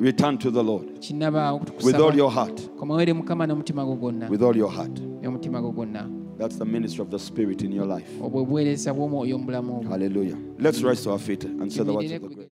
A: return to the Lord
B: kinnabaawo
A: with all
B: tukusaba
A: your heart.
B: komawere mukama n'omutima gwo gwonna
A: With all your heart.
B: n'omutima gwo gwonna
A: That's the ministry of the Spirit in your life.
B: obwo buweereza bw'omwoyo omulamu obwo
A: Hallelujah. Let's rise to our feet and say the words of the
B: Kimirire ku
A: grace.